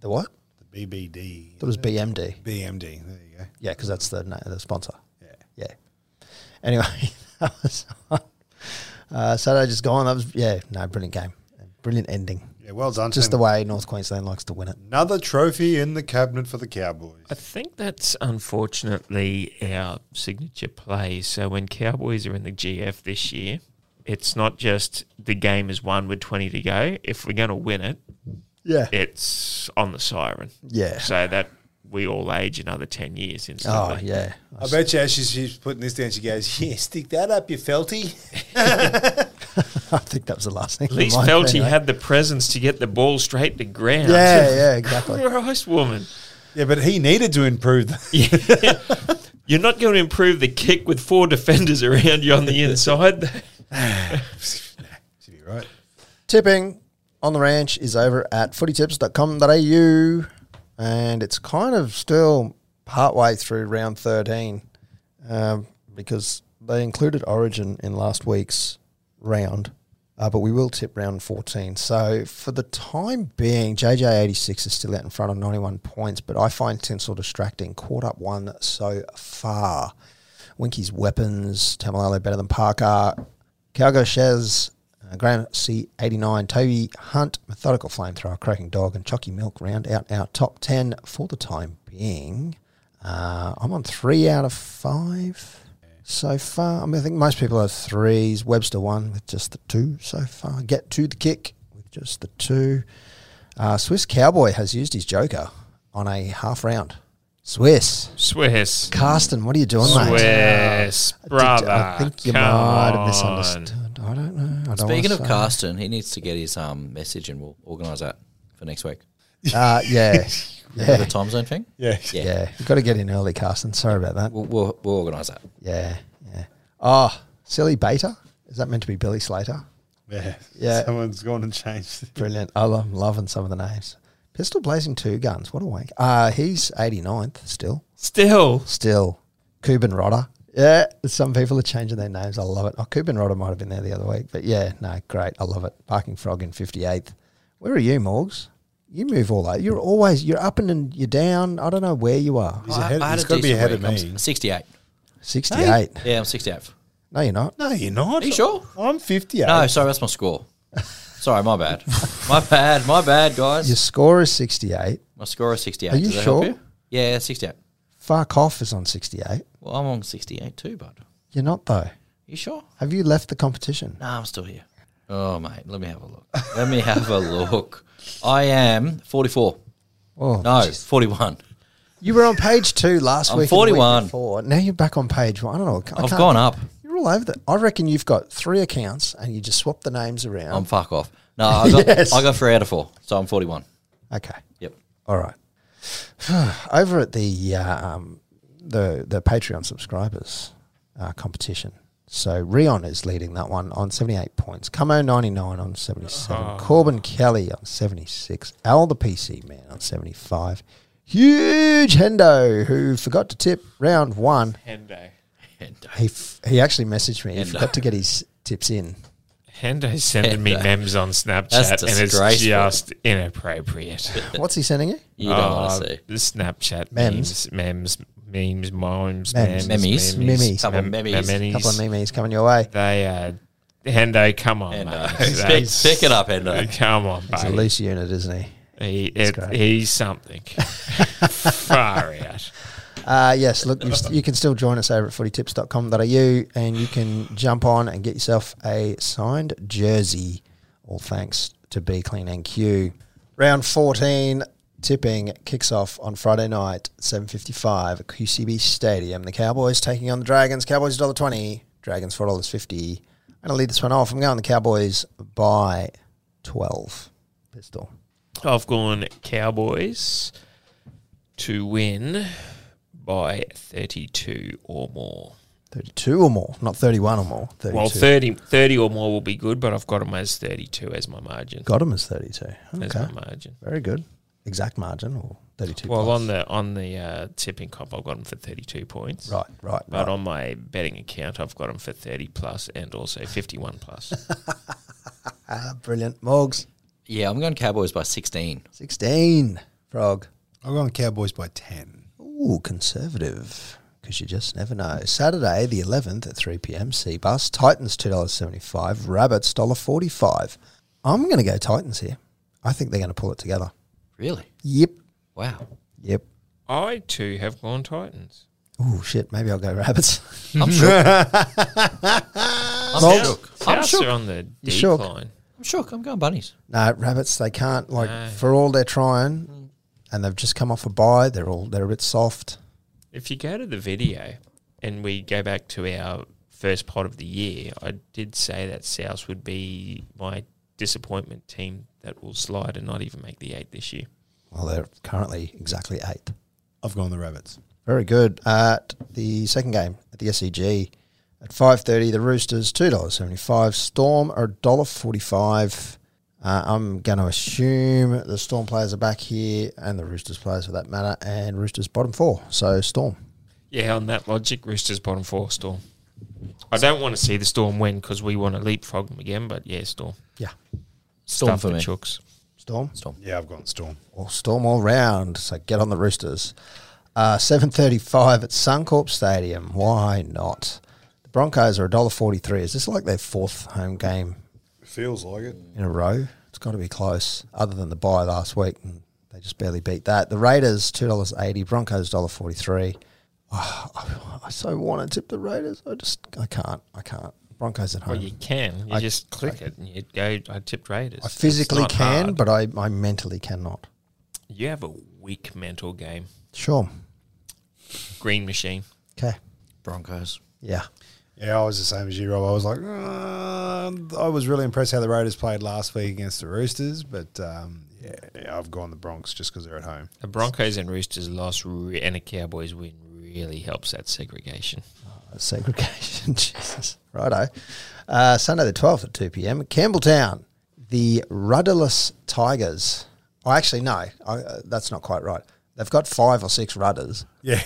[SPEAKER 2] the what?
[SPEAKER 4] The BBD
[SPEAKER 2] That was BMD.
[SPEAKER 4] BMD. There you go.
[SPEAKER 2] Yeah, because that's the na- the sponsor.
[SPEAKER 4] Yeah.
[SPEAKER 2] Yeah. Anyway, that was uh, Saturday just gone. That was yeah, no, brilliant game, brilliant ending.
[SPEAKER 4] Yeah. Well done.
[SPEAKER 2] Just the
[SPEAKER 4] team.
[SPEAKER 2] way North Queensland likes to win it.
[SPEAKER 4] Another trophy in the cabinet for the Cowboys.
[SPEAKER 1] I think that's unfortunately our signature play. So when Cowboys are in the GF this year, it's not just the game is won with 20 to go. If we're going to win it,
[SPEAKER 2] Yeah.
[SPEAKER 1] it's on the siren.
[SPEAKER 2] Yeah.
[SPEAKER 1] So that we all age another 10 years instantly.
[SPEAKER 2] Oh yeah.
[SPEAKER 4] I bet you as she's, she's putting this down, she goes, "Yeah, stick that up, you felty."
[SPEAKER 2] I think that was the last thing.
[SPEAKER 1] At least
[SPEAKER 2] Mine,
[SPEAKER 1] Felty
[SPEAKER 2] anyway.
[SPEAKER 1] had the presence to get the ball straight to ground.
[SPEAKER 2] eh? Yeah, yeah, exactly.
[SPEAKER 1] Christ, woman.
[SPEAKER 4] Yeah, but he needed to improve. The,
[SPEAKER 1] You're not going to improve the kick with four defenders around you on the inside.
[SPEAKER 4] Should be right.
[SPEAKER 2] Tipping on the ranch is over at footytips.com.au and it's kind of still partway through round 13 um, because they included Origin in last week's round, uh, but we will tip round 14. So for the time being, JJ86 is still out in front on 91 points, but I find Tinsel distracting. Caught up one so far. Winky's weapons, Tamalalo better than Parker, Calgo Shez, uh, Graham C89, Toby Hunt, Methodical Flamethrower, Croaking Dog, and Chucky Milk round out our top 10 for the time being. Uh, I'm on three out of five so far. I mean, I think most people are threes. Webster one with just the two so far. Get to the kick with just the two. Uh, Swiss Cowboy has used his Joker on a half round. Swiss.
[SPEAKER 1] Swiss.
[SPEAKER 2] Carsten, what are you doing, mate?
[SPEAKER 1] Swiss,
[SPEAKER 2] Did-
[SPEAKER 1] brother.
[SPEAKER 2] I think you
[SPEAKER 1] come
[SPEAKER 2] might have
[SPEAKER 1] on.
[SPEAKER 2] misunderstood. I don't know. I don't
[SPEAKER 3] Speaking
[SPEAKER 2] wanna
[SPEAKER 3] of
[SPEAKER 2] say.
[SPEAKER 3] Carsten, he needs to get his um, message and we'll organise that for next week.
[SPEAKER 2] Uh, yeah.
[SPEAKER 3] Remember
[SPEAKER 2] yeah.
[SPEAKER 3] The time zone thing?
[SPEAKER 4] Yeah.
[SPEAKER 3] Yeah.
[SPEAKER 2] Yeah. You've got to get in early, Carsten. Sorry about that.
[SPEAKER 3] We'll, we'll, we'll organise that.
[SPEAKER 2] Yeah. Yeah. Oh, silly beta. Is that meant to be Billy Slater?
[SPEAKER 4] Yeah.
[SPEAKER 2] Yeah.
[SPEAKER 4] Someone's gone and changed. it.
[SPEAKER 2] Brilliant. I love, I'm loving some of the names. Pistol Blazing Two Guns. What a wank. Uh, he's 89th still.
[SPEAKER 1] Still.
[SPEAKER 2] Still. Cuban Rodder. Yeah. Some people are changing their names. I love it. Oh, Cuban Rodder might have been there the other week. But yeah, no, great. I love it. Barking Frog in 58th. Where are you, Morgs? You move all over. You're always, you're up and in- you're down. I don't know where you are.
[SPEAKER 4] He's ahead. he's got to be ahead of me.
[SPEAKER 3] 68.
[SPEAKER 2] 68.
[SPEAKER 3] Yeah, I'm 68.
[SPEAKER 2] No, you're not.
[SPEAKER 4] No, you're not.
[SPEAKER 3] Are you sure?
[SPEAKER 4] I'm 58.
[SPEAKER 3] No, sorry, that's my score. sorry, my bad. My bad, my bad, guys.
[SPEAKER 2] Your score is 68.
[SPEAKER 3] My score is 68.
[SPEAKER 2] Are you
[SPEAKER 3] Does that help
[SPEAKER 2] sure?
[SPEAKER 3] you? Yeah, 68.
[SPEAKER 2] Fuck off is on 68.
[SPEAKER 3] Well, I'm on 68 too, bud.
[SPEAKER 2] You're not, though.
[SPEAKER 3] You sure?
[SPEAKER 2] Have you left the competition?
[SPEAKER 3] No, I'm still here. Oh, mate, let me have a look. Let me have a look. I am 44.
[SPEAKER 2] Oh,
[SPEAKER 3] No,
[SPEAKER 2] jeez.
[SPEAKER 3] 41.
[SPEAKER 2] You were on page two last
[SPEAKER 3] I'm
[SPEAKER 2] week. and the week
[SPEAKER 3] 41.
[SPEAKER 2] before. Now you're back on page one. I don't know. I
[SPEAKER 3] I've
[SPEAKER 2] can't-
[SPEAKER 3] gone up.
[SPEAKER 2] You're all over the. I reckon you've got three accounts and you just swap the names around.
[SPEAKER 3] I'm fuck off. No, I got,
[SPEAKER 2] Yes.
[SPEAKER 3] I got three out of four, so I'm 41.
[SPEAKER 2] okay.
[SPEAKER 3] Yep.
[SPEAKER 2] All right. Over at the uh, um, the the Patreon subscribers uh, competition. So Rion is leading that one on 78 points. Camo 99 on 77. Corbin Kelly on 76. Al the PC man on 75. Huge Hendo who forgot to tip round one.
[SPEAKER 1] Hendo.
[SPEAKER 2] He f- he actually messaged me. He
[SPEAKER 3] Hendo.
[SPEAKER 2] forgot to get his tips in.
[SPEAKER 1] Hendo's sending me
[SPEAKER 3] Hendo.
[SPEAKER 1] memes on
[SPEAKER 3] That's
[SPEAKER 1] Snapchat, and it's
[SPEAKER 3] disgraceful.
[SPEAKER 1] just inappropriate.
[SPEAKER 2] What's he sending you?
[SPEAKER 3] You don't
[SPEAKER 2] Uh,
[SPEAKER 3] want to see.
[SPEAKER 1] Oh, The Snapchat
[SPEAKER 2] Memes.
[SPEAKER 1] memes, memes, memes, mimes,
[SPEAKER 2] Memes.
[SPEAKER 1] memes,
[SPEAKER 3] Memes.
[SPEAKER 2] Memes.
[SPEAKER 3] Couple
[SPEAKER 1] mem-
[SPEAKER 3] memes.
[SPEAKER 1] memes.
[SPEAKER 2] couple of memes coming your way.
[SPEAKER 1] They, uh, Hendo, come on,
[SPEAKER 3] Hendo.
[SPEAKER 1] mate.
[SPEAKER 3] Pick,
[SPEAKER 1] That's-
[SPEAKER 3] pick it up, Hendo.
[SPEAKER 1] Come on,
[SPEAKER 2] He's a
[SPEAKER 1] mate.
[SPEAKER 2] loose unit, isn't he?
[SPEAKER 1] He, it,
[SPEAKER 2] great.
[SPEAKER 1] he's something. Far out.
[SPEAKER 2] Uh, yes, look, you, st- you can still join us over at footytips.com.au and you can jump on and get yourself a signed jersey. All thanks to Be Clean NQ. Round 14 tipping kicks off on Friday night, 7.55 at QCB Stadium. The Cowboys taking on the Dragons. Cowboys $1.20, Dragons $4.50. I'm going to lead this one off. I'm going the Cowboys by 12. Pistol.
[SPEAKER 1] I've gone Cowboys to win by 32 or more.
[SPEAKER 2] 32 or more, not 31 or more. 32.
[SPEAKER 1] Well, 30, 30 or more will be good, but I've got them as 32 as my margin.
[SPEAKER 2] Got him as 32.
[SPEAKER 1] As
[SPEAKER 2] Okay.
[SPEAKER 1] my margin.
[SPEAKER 2] Very good. Exact margin or 32
[SPEAKER 1] Well,
[SPEAKER 2] plus.
[SPEAKER 1] on the on the uh, tipping comp, I've got them for 32 points.
[SPEAKER 2] Right, right,
[SPEAKER 1] But
[SPEAKER 2] right.
[SPEAKER 1] on my betting account, I've got them for 30 plus and also 51 plus.
[SPEAKER 2] Ah, brilliant. Morgs,
[SPEAKER 3] Yeah, I'm going Cowboys by 16.
[SPEAKER 2] 16. Frog.
[SPEAKER 4] I've gone Cowboys by 10.
[SPEAKER 2] Ooh, conservative. Because you just never know. Saturday, the 11th at 3 p.m. Sea Bus. Titans, $2.75. Rabbits, $1.45. I'm going to go Titans here. I think they're going to pull it together.
[SPEAKER 3] Really?
[SPEAKER 2] Yep.
[SPEAKER 3] Wow.
[SPEAKER 2] Yep.
[SPEAKER 1] I too have gone Titans.
[SPEAKER 2] Ooh, shit. Maybe I'll go Rabbits.
[SPEAKER 3] I'm shook. I'm
[SPEAKER 2] Well-
[SPEAKER 3] shook. I'm
[SPEAKER 1] Souths
[SPEAKER 3] shook.
[SPEAKER 1] are on the
[SPEAKER 2] You shook?
[SPEAKER 1] decline.
[SPEAKER 3] I'm shook. I'm going bunnies.
[SPEAKER 2] No, rabbits. They can't like for all they're trying, and they've just come off a bye. They're all they're a bit soft.
[SPEAKER 1] If you go to the video and we go back to our first part of the year, I did say that South would be my disappointment team that will slide and not even make the eight this year.
[SPEAKER 2] Well, they're currently exactly eighth.
[SPEAKER 4] I've gone the Rabbits.
[SPEAKER 2] Very good. At the second game at the SEG at five thirty, the Roosters two dollars seventy five. Storm are dollar forty five. Uh, I'm going to assume the Storm players are back here, and the Roosters players for that matter, and Roosters bottom four. So Storm.
[SPEAKER 1] Yeah, on that logic, Roosters bottom four storm. I don't want to see the storm win because we want to leapfrog them again, but yeah, storm.
[SPEAKER 2] Yeah,
[SPEAKER 3] Storm
[SPEAKER 1] Stuff
[SPEAKER 3] for
[SPEAKER 1] the
[SPEAKER 3] me.
[SPEAKER 1] Chooks.
[SPEAKER 2] Storm.
[SPEAKER 4] Yeah, I've gone Storm.
[SPEAKER 2] or storm all round. So get on the Roosters. Uh, Seven thirty-five at Suncorp Stadium. Why not? The Broncos are $1.43. Is this like their fourth home game
[SPEAKER 4] Feels like it.
[SPEAKER 2] in a row? It's got to be close. Other than the bye last week, and they just barely beat that. The Raiders two dollars eighty. Broncos $1.43. Oh, I, I so want to tip the Raiders. I just I can't. I can't. Broncos at home.
[SPEAKER 1] Well, you can. You
[SPEAKER 2] I-
[SPEAKER 1] just click it and you go, I tipped Raiders.
[SPEAKER 2] I
[SPEAKER 1] It's
[SPEAKER 2] physically
[SPEAKER 1] not
[SPEAKER 2] can,
[SPEAKER 1] hard.
[SPEAKER 2] but I, I mentally cannot.
[SPEAKER 1] You have a weak mental game.
[SPEAKER 2] Sure.
[SPEAKER 1] Green machine.
[SPEAKER 2] Okay.
[SPEAKER 3] Broncos.
[SPEAKER 2] Yeah.
[SPEAKER 4] Yeah, I was the same as you, Rob. I was like, uh, I was really impressed how the Raiders played last week against the Roosters, but um, yeah, yeah, I've gone the Bronx just because they're at home.
[SPEAKER 1] The Broncos and Roosters loss re- and a Cowboys win really helps that segregation.
[SPEAKER 2] segregation. Jesus. Righto. Uh, Sunday the 12th at 2 p.m. Campbelltown, the rudderless Tigers. Oh, actually, no, I, uh, that's not quite right. They've got five or six rudders.
[SPEAKER 4] Yeah.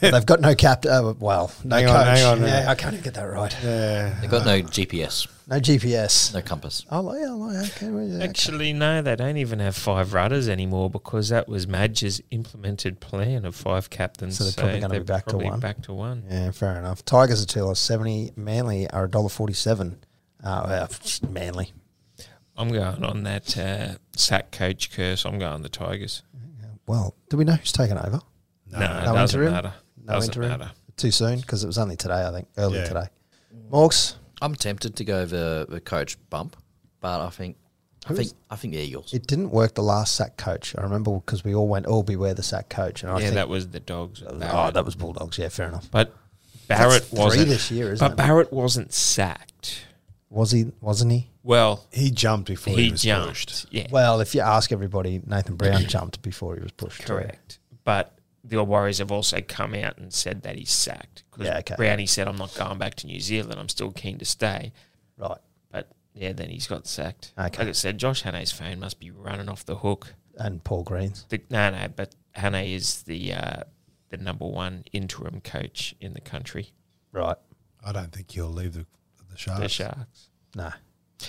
[SPEAKER 2] but they've got no captain. Uh, well, no
[SPEAKER 4] Hang
[SPEAKER 2] coach.
[SPEAKER 4] on, hang on.
[SPEAKER 2] yeah, I can't even get that right.
[SPEAKER 4] yeah.
[SPEAKER 3] They've got no GPS,
[SPEAKER 2] No GPS.
[SPEAKER 3] no compass.
[SPEAKER 2] Oh, like, yeah, like, okay, well, yeah, okay.
[SPEAKER 1] Actually, no, they don't even have five rudders anymore because that was Madge's implemented plan of five captains.
[SPEAKER 2] So they're probably gonna be
[SPEAKER 1] they're
[SPEAKER 2] back to
[SPEAKER 1] probably
[SPEAKER 2] one.
[SPEAKER 1] Back to one.
[SPEAKER 2] Yeah, fair enough. Tigers are two dollars seventy. Manly are a dollar forty-seven. Uh, well, pfft, Manly.
[SPEAKER 1] I'm going on that uh, sack coach curse. I'm going the Tigers.
[SPEAKER 2] Well, do we know who's taken over?
[SPEAKER 1] No,
[SPEAKER 2] No
[SPEAKER 1] it doesn't
[SPEAKER 2] interim?
[SPEAKER 1] matter.
[SPEAKER 2] No
[SPEAKER 1] doesn't
[SPEAKER 2] interim?
[SPEAKER 1] matter.
[SPEAKER 2] Too soon because it was only today, I think, early
[SPEAKER 4] Yeah.
[SPEAKER 2] today. Morgs,
[SPEAKER 3] I'm tempted to go the, the coach bump, but I think I think I think the Eagles.
[SPEAKER 2] It didn't work the last sack coach. I remember because we all went, "Oh, beware the sack coach." And I
[SPEAKER 1] yeah,
[SPEAKER 2] think,
[SPEAKER 1] that was the dogs. with
[SPEAKER 2] oh,
[SPEAKER 1] Barrett.
[SPEAKER 2] that was Bulldogs. Yeah, fair enough.
[SPEAKER 1] but Barrett
[SPEAKER 2] three
[SPEAKER 1] wasn't
[SPEAKER 2] this year, isn't
[SPEAKER 1] But
[SPEAKER 2] it?
[SPEAKER 1] Barrett wasn't sacked.
[SPEAKER 2] Was he? Wasn't he?
[SPEAKER 1] Well,
[SPEAKER 4] He jumped before he,
[SPEAKER 1] he
[SPEAKER 4] was
[SPEAKER 1] jumped.
[SPEAKER 4] pushed.
[SPEAKER 1] Yeah,
[SPEAKER 2] Well, if you ask everybody, Nathan Brown jumped before he was pushed. too.
[SPEAKER 1] correct. But the Warriors have also come out and said that he's sacked because
[SPEAKER 2] Yeah, okay.
[SPEAKER 1] Brownie said, "I'm not going back to New Zealand. I'm still keen to stay."
[SPEAKER 2] Right.
[SPEAKER 1] But yeah, then he's got sacked.
[SPEAKER 2] Okay.
[SPEAKER 1] Like I said, Josh Hannay's phone must be running off the hook.
[SPEAKER 2] And Paul Green's.
[SPEAKER 1] The, no, no, but Hannay is the uh, the number one interim coach in the country.
[SPEAKER 2] Right.
[SPEAKER 4] I don't think he'll leave the the Sharks.
[SPEAKER 1] The Sharks.
[SPEAKER 2] No.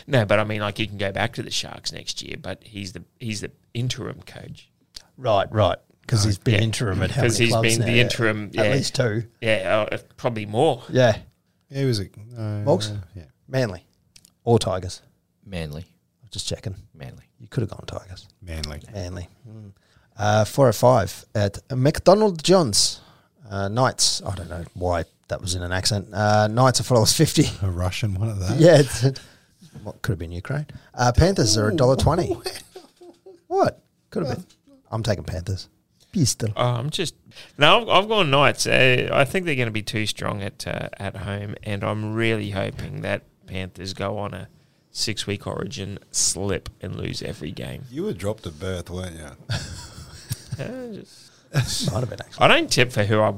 [SPEAKER 1] No, but I mean, like he can go back to the Sharks next year, but he's the he's the interim coach.
[SPEAKER 2] Right. Right. Because he's been
[SPEAKER 1] Yeah.
[SPEAKER 2] interim at how
[SPEAKER 1] 'Cause
[SPEAKER 2] many
[SPEAKER 1] he's
[SPEAKER 2] clubs
[SPEAKER 1] been
[SPEAKER 2] now?
[SPEAKER 1] the interim,
[SPEAKER 2] At
[SPEAKER 1] yeah.
[SPEAKER 2] least two.
[SPEAKER 1] Yeah, uh, probably more.
[SPEAKER 2] Yeah. uh,
[SPEAKER 4] He was a no,
[SPEAKER 2] Mogs?
[SPEAKER 4] Yeah,
[SPEAKER 2] Manly or Tigers.
[SPEAKER 3] Manly,
[SPEAKER 2] Just checking.
[SPEAKER 3] Manly.
[SPEAKER 2] You could have gone Tigers.
[SPEAKER 4] Manly.
[SPEAKER 2] Manly. Uh, 405 at McDonald Johns. Uh, Knights. I don't know why that was in an accent. Uh, Knights are $4.50.
[SPEAKER 4] A Russian one of those.
[SPEAKER 2] yeah, it's, what could have been Ukraine. Uh, Panthers are $1.20. what? Could have been. I'm taking Panthers. Pistol.
[SPEAKER 1] Oh, I'm just no. I've, I've gone Knights. Uh, I think they're going to be too strong at uh, at home, and I'm really hoping that Panthers go on a six week Origin slip and lose every game.
[SPEAKER 4] You were dropped at birth, weren't you?
[SPEAKER 1] Uh, just-
[SPEAKER 2] Might have been actually.
[SPEAKER 1] I don't tip for who I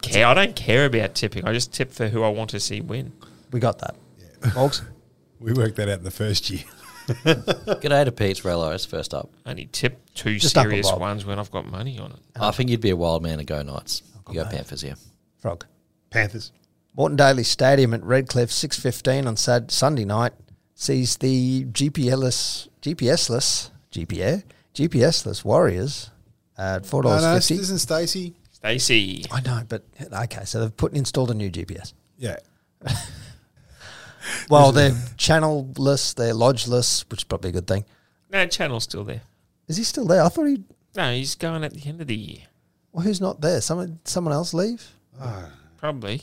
[SPEAKER 1] care. I don't care about tipping. I just tip for who I want to see win.
[SPEAKER 2] We got that. Mogs?
[SPEAKER 4] we worked that out in the first year.
[SPEAKER 3] G'day to Pete's Rellos first up.
[SPEAKER 1] I only tip two
[SPEAKER 2] Just up a
[SPEAKER 1] serious
[SPEAKER 2] bob.
[SPEAKER 1] ones when I've got money on it.
[SPEAKER 3] I think you'd be a wild man to go Knights. You go Panthers here.
[SPEAKER 2] Frog.
[SPEAKER 4] Panthers.
[SPEAKER 2] Morton Daly Stadium at Redcliffe, six fifteen on Sat Sunday night, sees the GPLess, GPSless, GPA, GPSless Warriors at four
[SPEAKER 4] No,
[SPEAKER 2] dollars
[SPEAKER 4] no,
[SPEAKER 2] Oh, fifty.
[SPEAKER 4] isn't Stacey?
[SPEAKER 1] Stacey.
[SPEAKER 2] I know, but okay, so they've put installed a new GPS.
[SPEAKER 4] Yeah.
[SPEAKER 2] Well, they're channelless, they're lodgeless, which is probably a good thing.
[SPEAKER 1] No, Channel's still there.
[SPEAKER 2] Is he still there? I thought he.
[SPEAKER 1] No, he's going at the end of the year.
[SPEAKER 2] Well, who's not there? Someone, someone else leave?
[SPEAKER 1] Probably.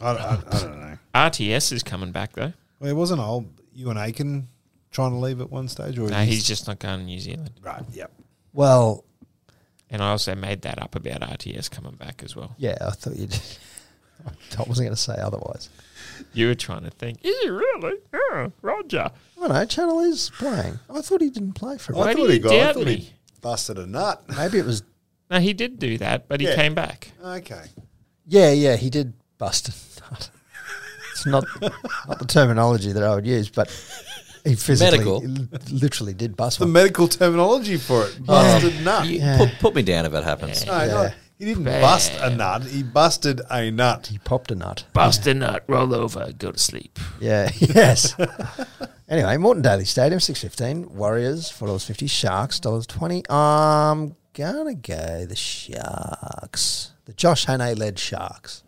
[SPEAKER 4] I, I, I don't know.
[SPEAKER 1] RTS is coming back though.
[SPEAKER 4] Well, it wasn't old you and Aiken trying to leave at one stage, or
[SPEAKER 1] No, he's just not going to New Zealand.
[SPEAKER 4] right. Yep.
[SPEAKER 2] Well,
[SPEAKER 1] And I also made that up about RTS coming back as well.
[SPEAKER 2] yeah, I thought you. would I wasn't going to say otherwise.
[SPEAKER 1] You were trying to think, is he really? Yeah, Roger.
[SPEAKER 2] I don't know. Channel is playing. I thought he didn't play for. a
[SPEAKER 1] Why
[SPEAKER 4] I
[SPEAKER 1] do
[SPEAKER 4] thought
[SPEAKER 1] you
[SPEAKER 4] he got.
[SPEAKER 1] doubt
[SPEAKER 4] I thought
[SPEAKER 1] me?
[SPEAKER 4] he busted a nut.
[SPEAKER 2] Maybe it was
[SPEAKER 1] No, he did do that, but he
[SPEAKER 4] Yeah.
[SPEAKER 1] came back.
[SPEAKER 4] Okay.
[SPEAKER 2] Yeah, yeah, he did bust a nut. It's not not the terminology that I would use, but he physically,
[SPEAKER 3] Medical.
[SPEAKER 2] l- literally did bust
[SPEAKER 4] The
[SPEAKER 2] one.
[SPEAKER 4] medical terminology for it. Busted nut.
[SPEAKER 3] You-
[SPEAKER 2] Ah, Yeah.
[SPEAKER 3] put, put me down if it happens.
[SPEAKER 4] No, no,
[SPEAKER 2] Yeah.
[SPEAKER 4] he didn't bust a nut. He busted a nut.
[SPEAKER 2] he popped a nut.
[SPEAKER 1] Bust a nut, roll over, go to sleep.
[SPEAKER 2] Yeah, yes. anyway, Morton Daly Stadium, six fifteen. Warriors four dollars fifty. Sharks dollars twenty. I'm gonna go the Sharks. The Josh Hannay led Sharks.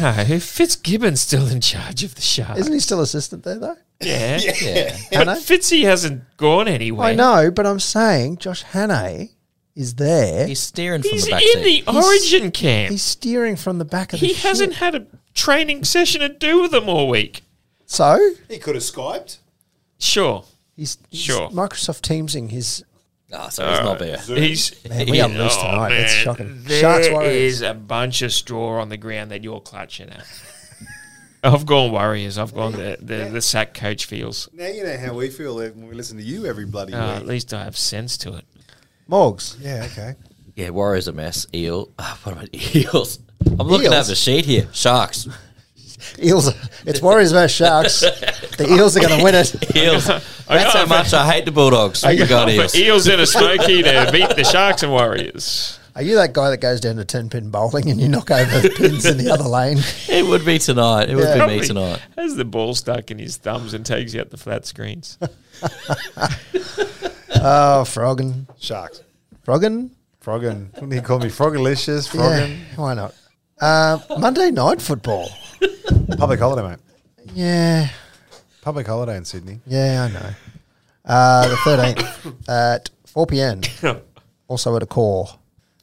[SPEAKER 1] No, Fitzgibbon's still in charge of the Sharks.
[SPEAKER 2] Isn't he still assistant there though?
[SPEAKER 1] Yeah.
[SPEAKER 3] Yeah.
[SPEAKER 1] But Fitzy hasn't gone anywhere.
[SPEAKER 2] I know, but I'm saying Josh Hannay is there.
[SPEAKER 3] He's steering from
[SPEAKER 1] He's
[SPEAKER 3] the
[SPEAKER 1] in
[SPEAKER 3] back seat.
[SPEAKER 1] the Origin camp.
[SPEAKER 2] He's steering from the back of the
[SPEAKER 1] He hasn't
[SPEAKER 2] ship.
[SPEAKER 1] had a training session to do with them all week.
[SPEAKER 2] So
[SPEAKER 4] He could have Skyped.
[SPEAKER 1] Sure.
[SPEAKER 2] He's, he's
[SPEAKER 1] Sure.
[SPEAKER 2] Microsoft Teamsing his.
[SPEAKER 3] Ah, so he's not there.
[SPEAKER 1] He's
[SPEAKER 2] Man, we are loose tonight. That's shocking. Sharks,
[SPEAKER 1] oh, There
[SPEAKER 2] Warriors.
[SPEAKER 1] is a bunch of straw on the ground that you're clutching at. I've gone Warriors. I've gone the, the, the sack coach feels.
[SPEAKER 4] Now you know how we feel when we listen to you every bloody
[SPEAKER 1] Uh,
[SPEAKER 2] Ah,
[SPEAKER 1] at least I have sense to it.
[SPEAKER 2] Morgs.
[SPEAKER 4] Yeah, okay.
[SPEAKER 3] Yeah, Warriors a mess. Eel. ah, what about eels? I'm looking at
[SPEAKER 2] Eels?
[SPEAKER 3] the sheet here. Sharks.
[SPEAKER 2] Eels. It's Warriors versus Sharks. the Eels are going to win it.
[SPEAKER 3] Eels. That's how much I hate the Bulldogs. I got eels.
[SPEAKER 1] But eels in a smoky to beat the Sharks and Warriors.
[SPEAKER 2] Are you that guy that goes down to 10 pin bowling and you knock over pins in the other lane?
[SPEAKER 3] It would be tonight. It would
[SPEAKER 2] Yeah.
[SPEAKER 3] be me
[SPEAKER 1] Probably
[SPEAKER 3] tonight.
[SPEAKER 1] Has the ball stuck in his thumbs and takes out the flat screens.
[SPEAKER 2] Oh, Froggin.
[SPEAKER 4] Sharks.
[SPEAKER 2] Froggin?
[SPEAKER 4] Froggin. Wouldn't he call me Froggalicious?
[SPEAKER 2] Yeah,
[SPEAKER 4] Froggin.
[SPEAKER 2] why not? Uh, Monday night football.
[SPEAKER 4] Public holiday, mate.
[SPEAKER 2] Yeah,
[SPEAKER 4] Public holiday in Sydney.
[SPEAKER 2] yeah, I know. Uh, the 13th at 4 p.m. Also at a core.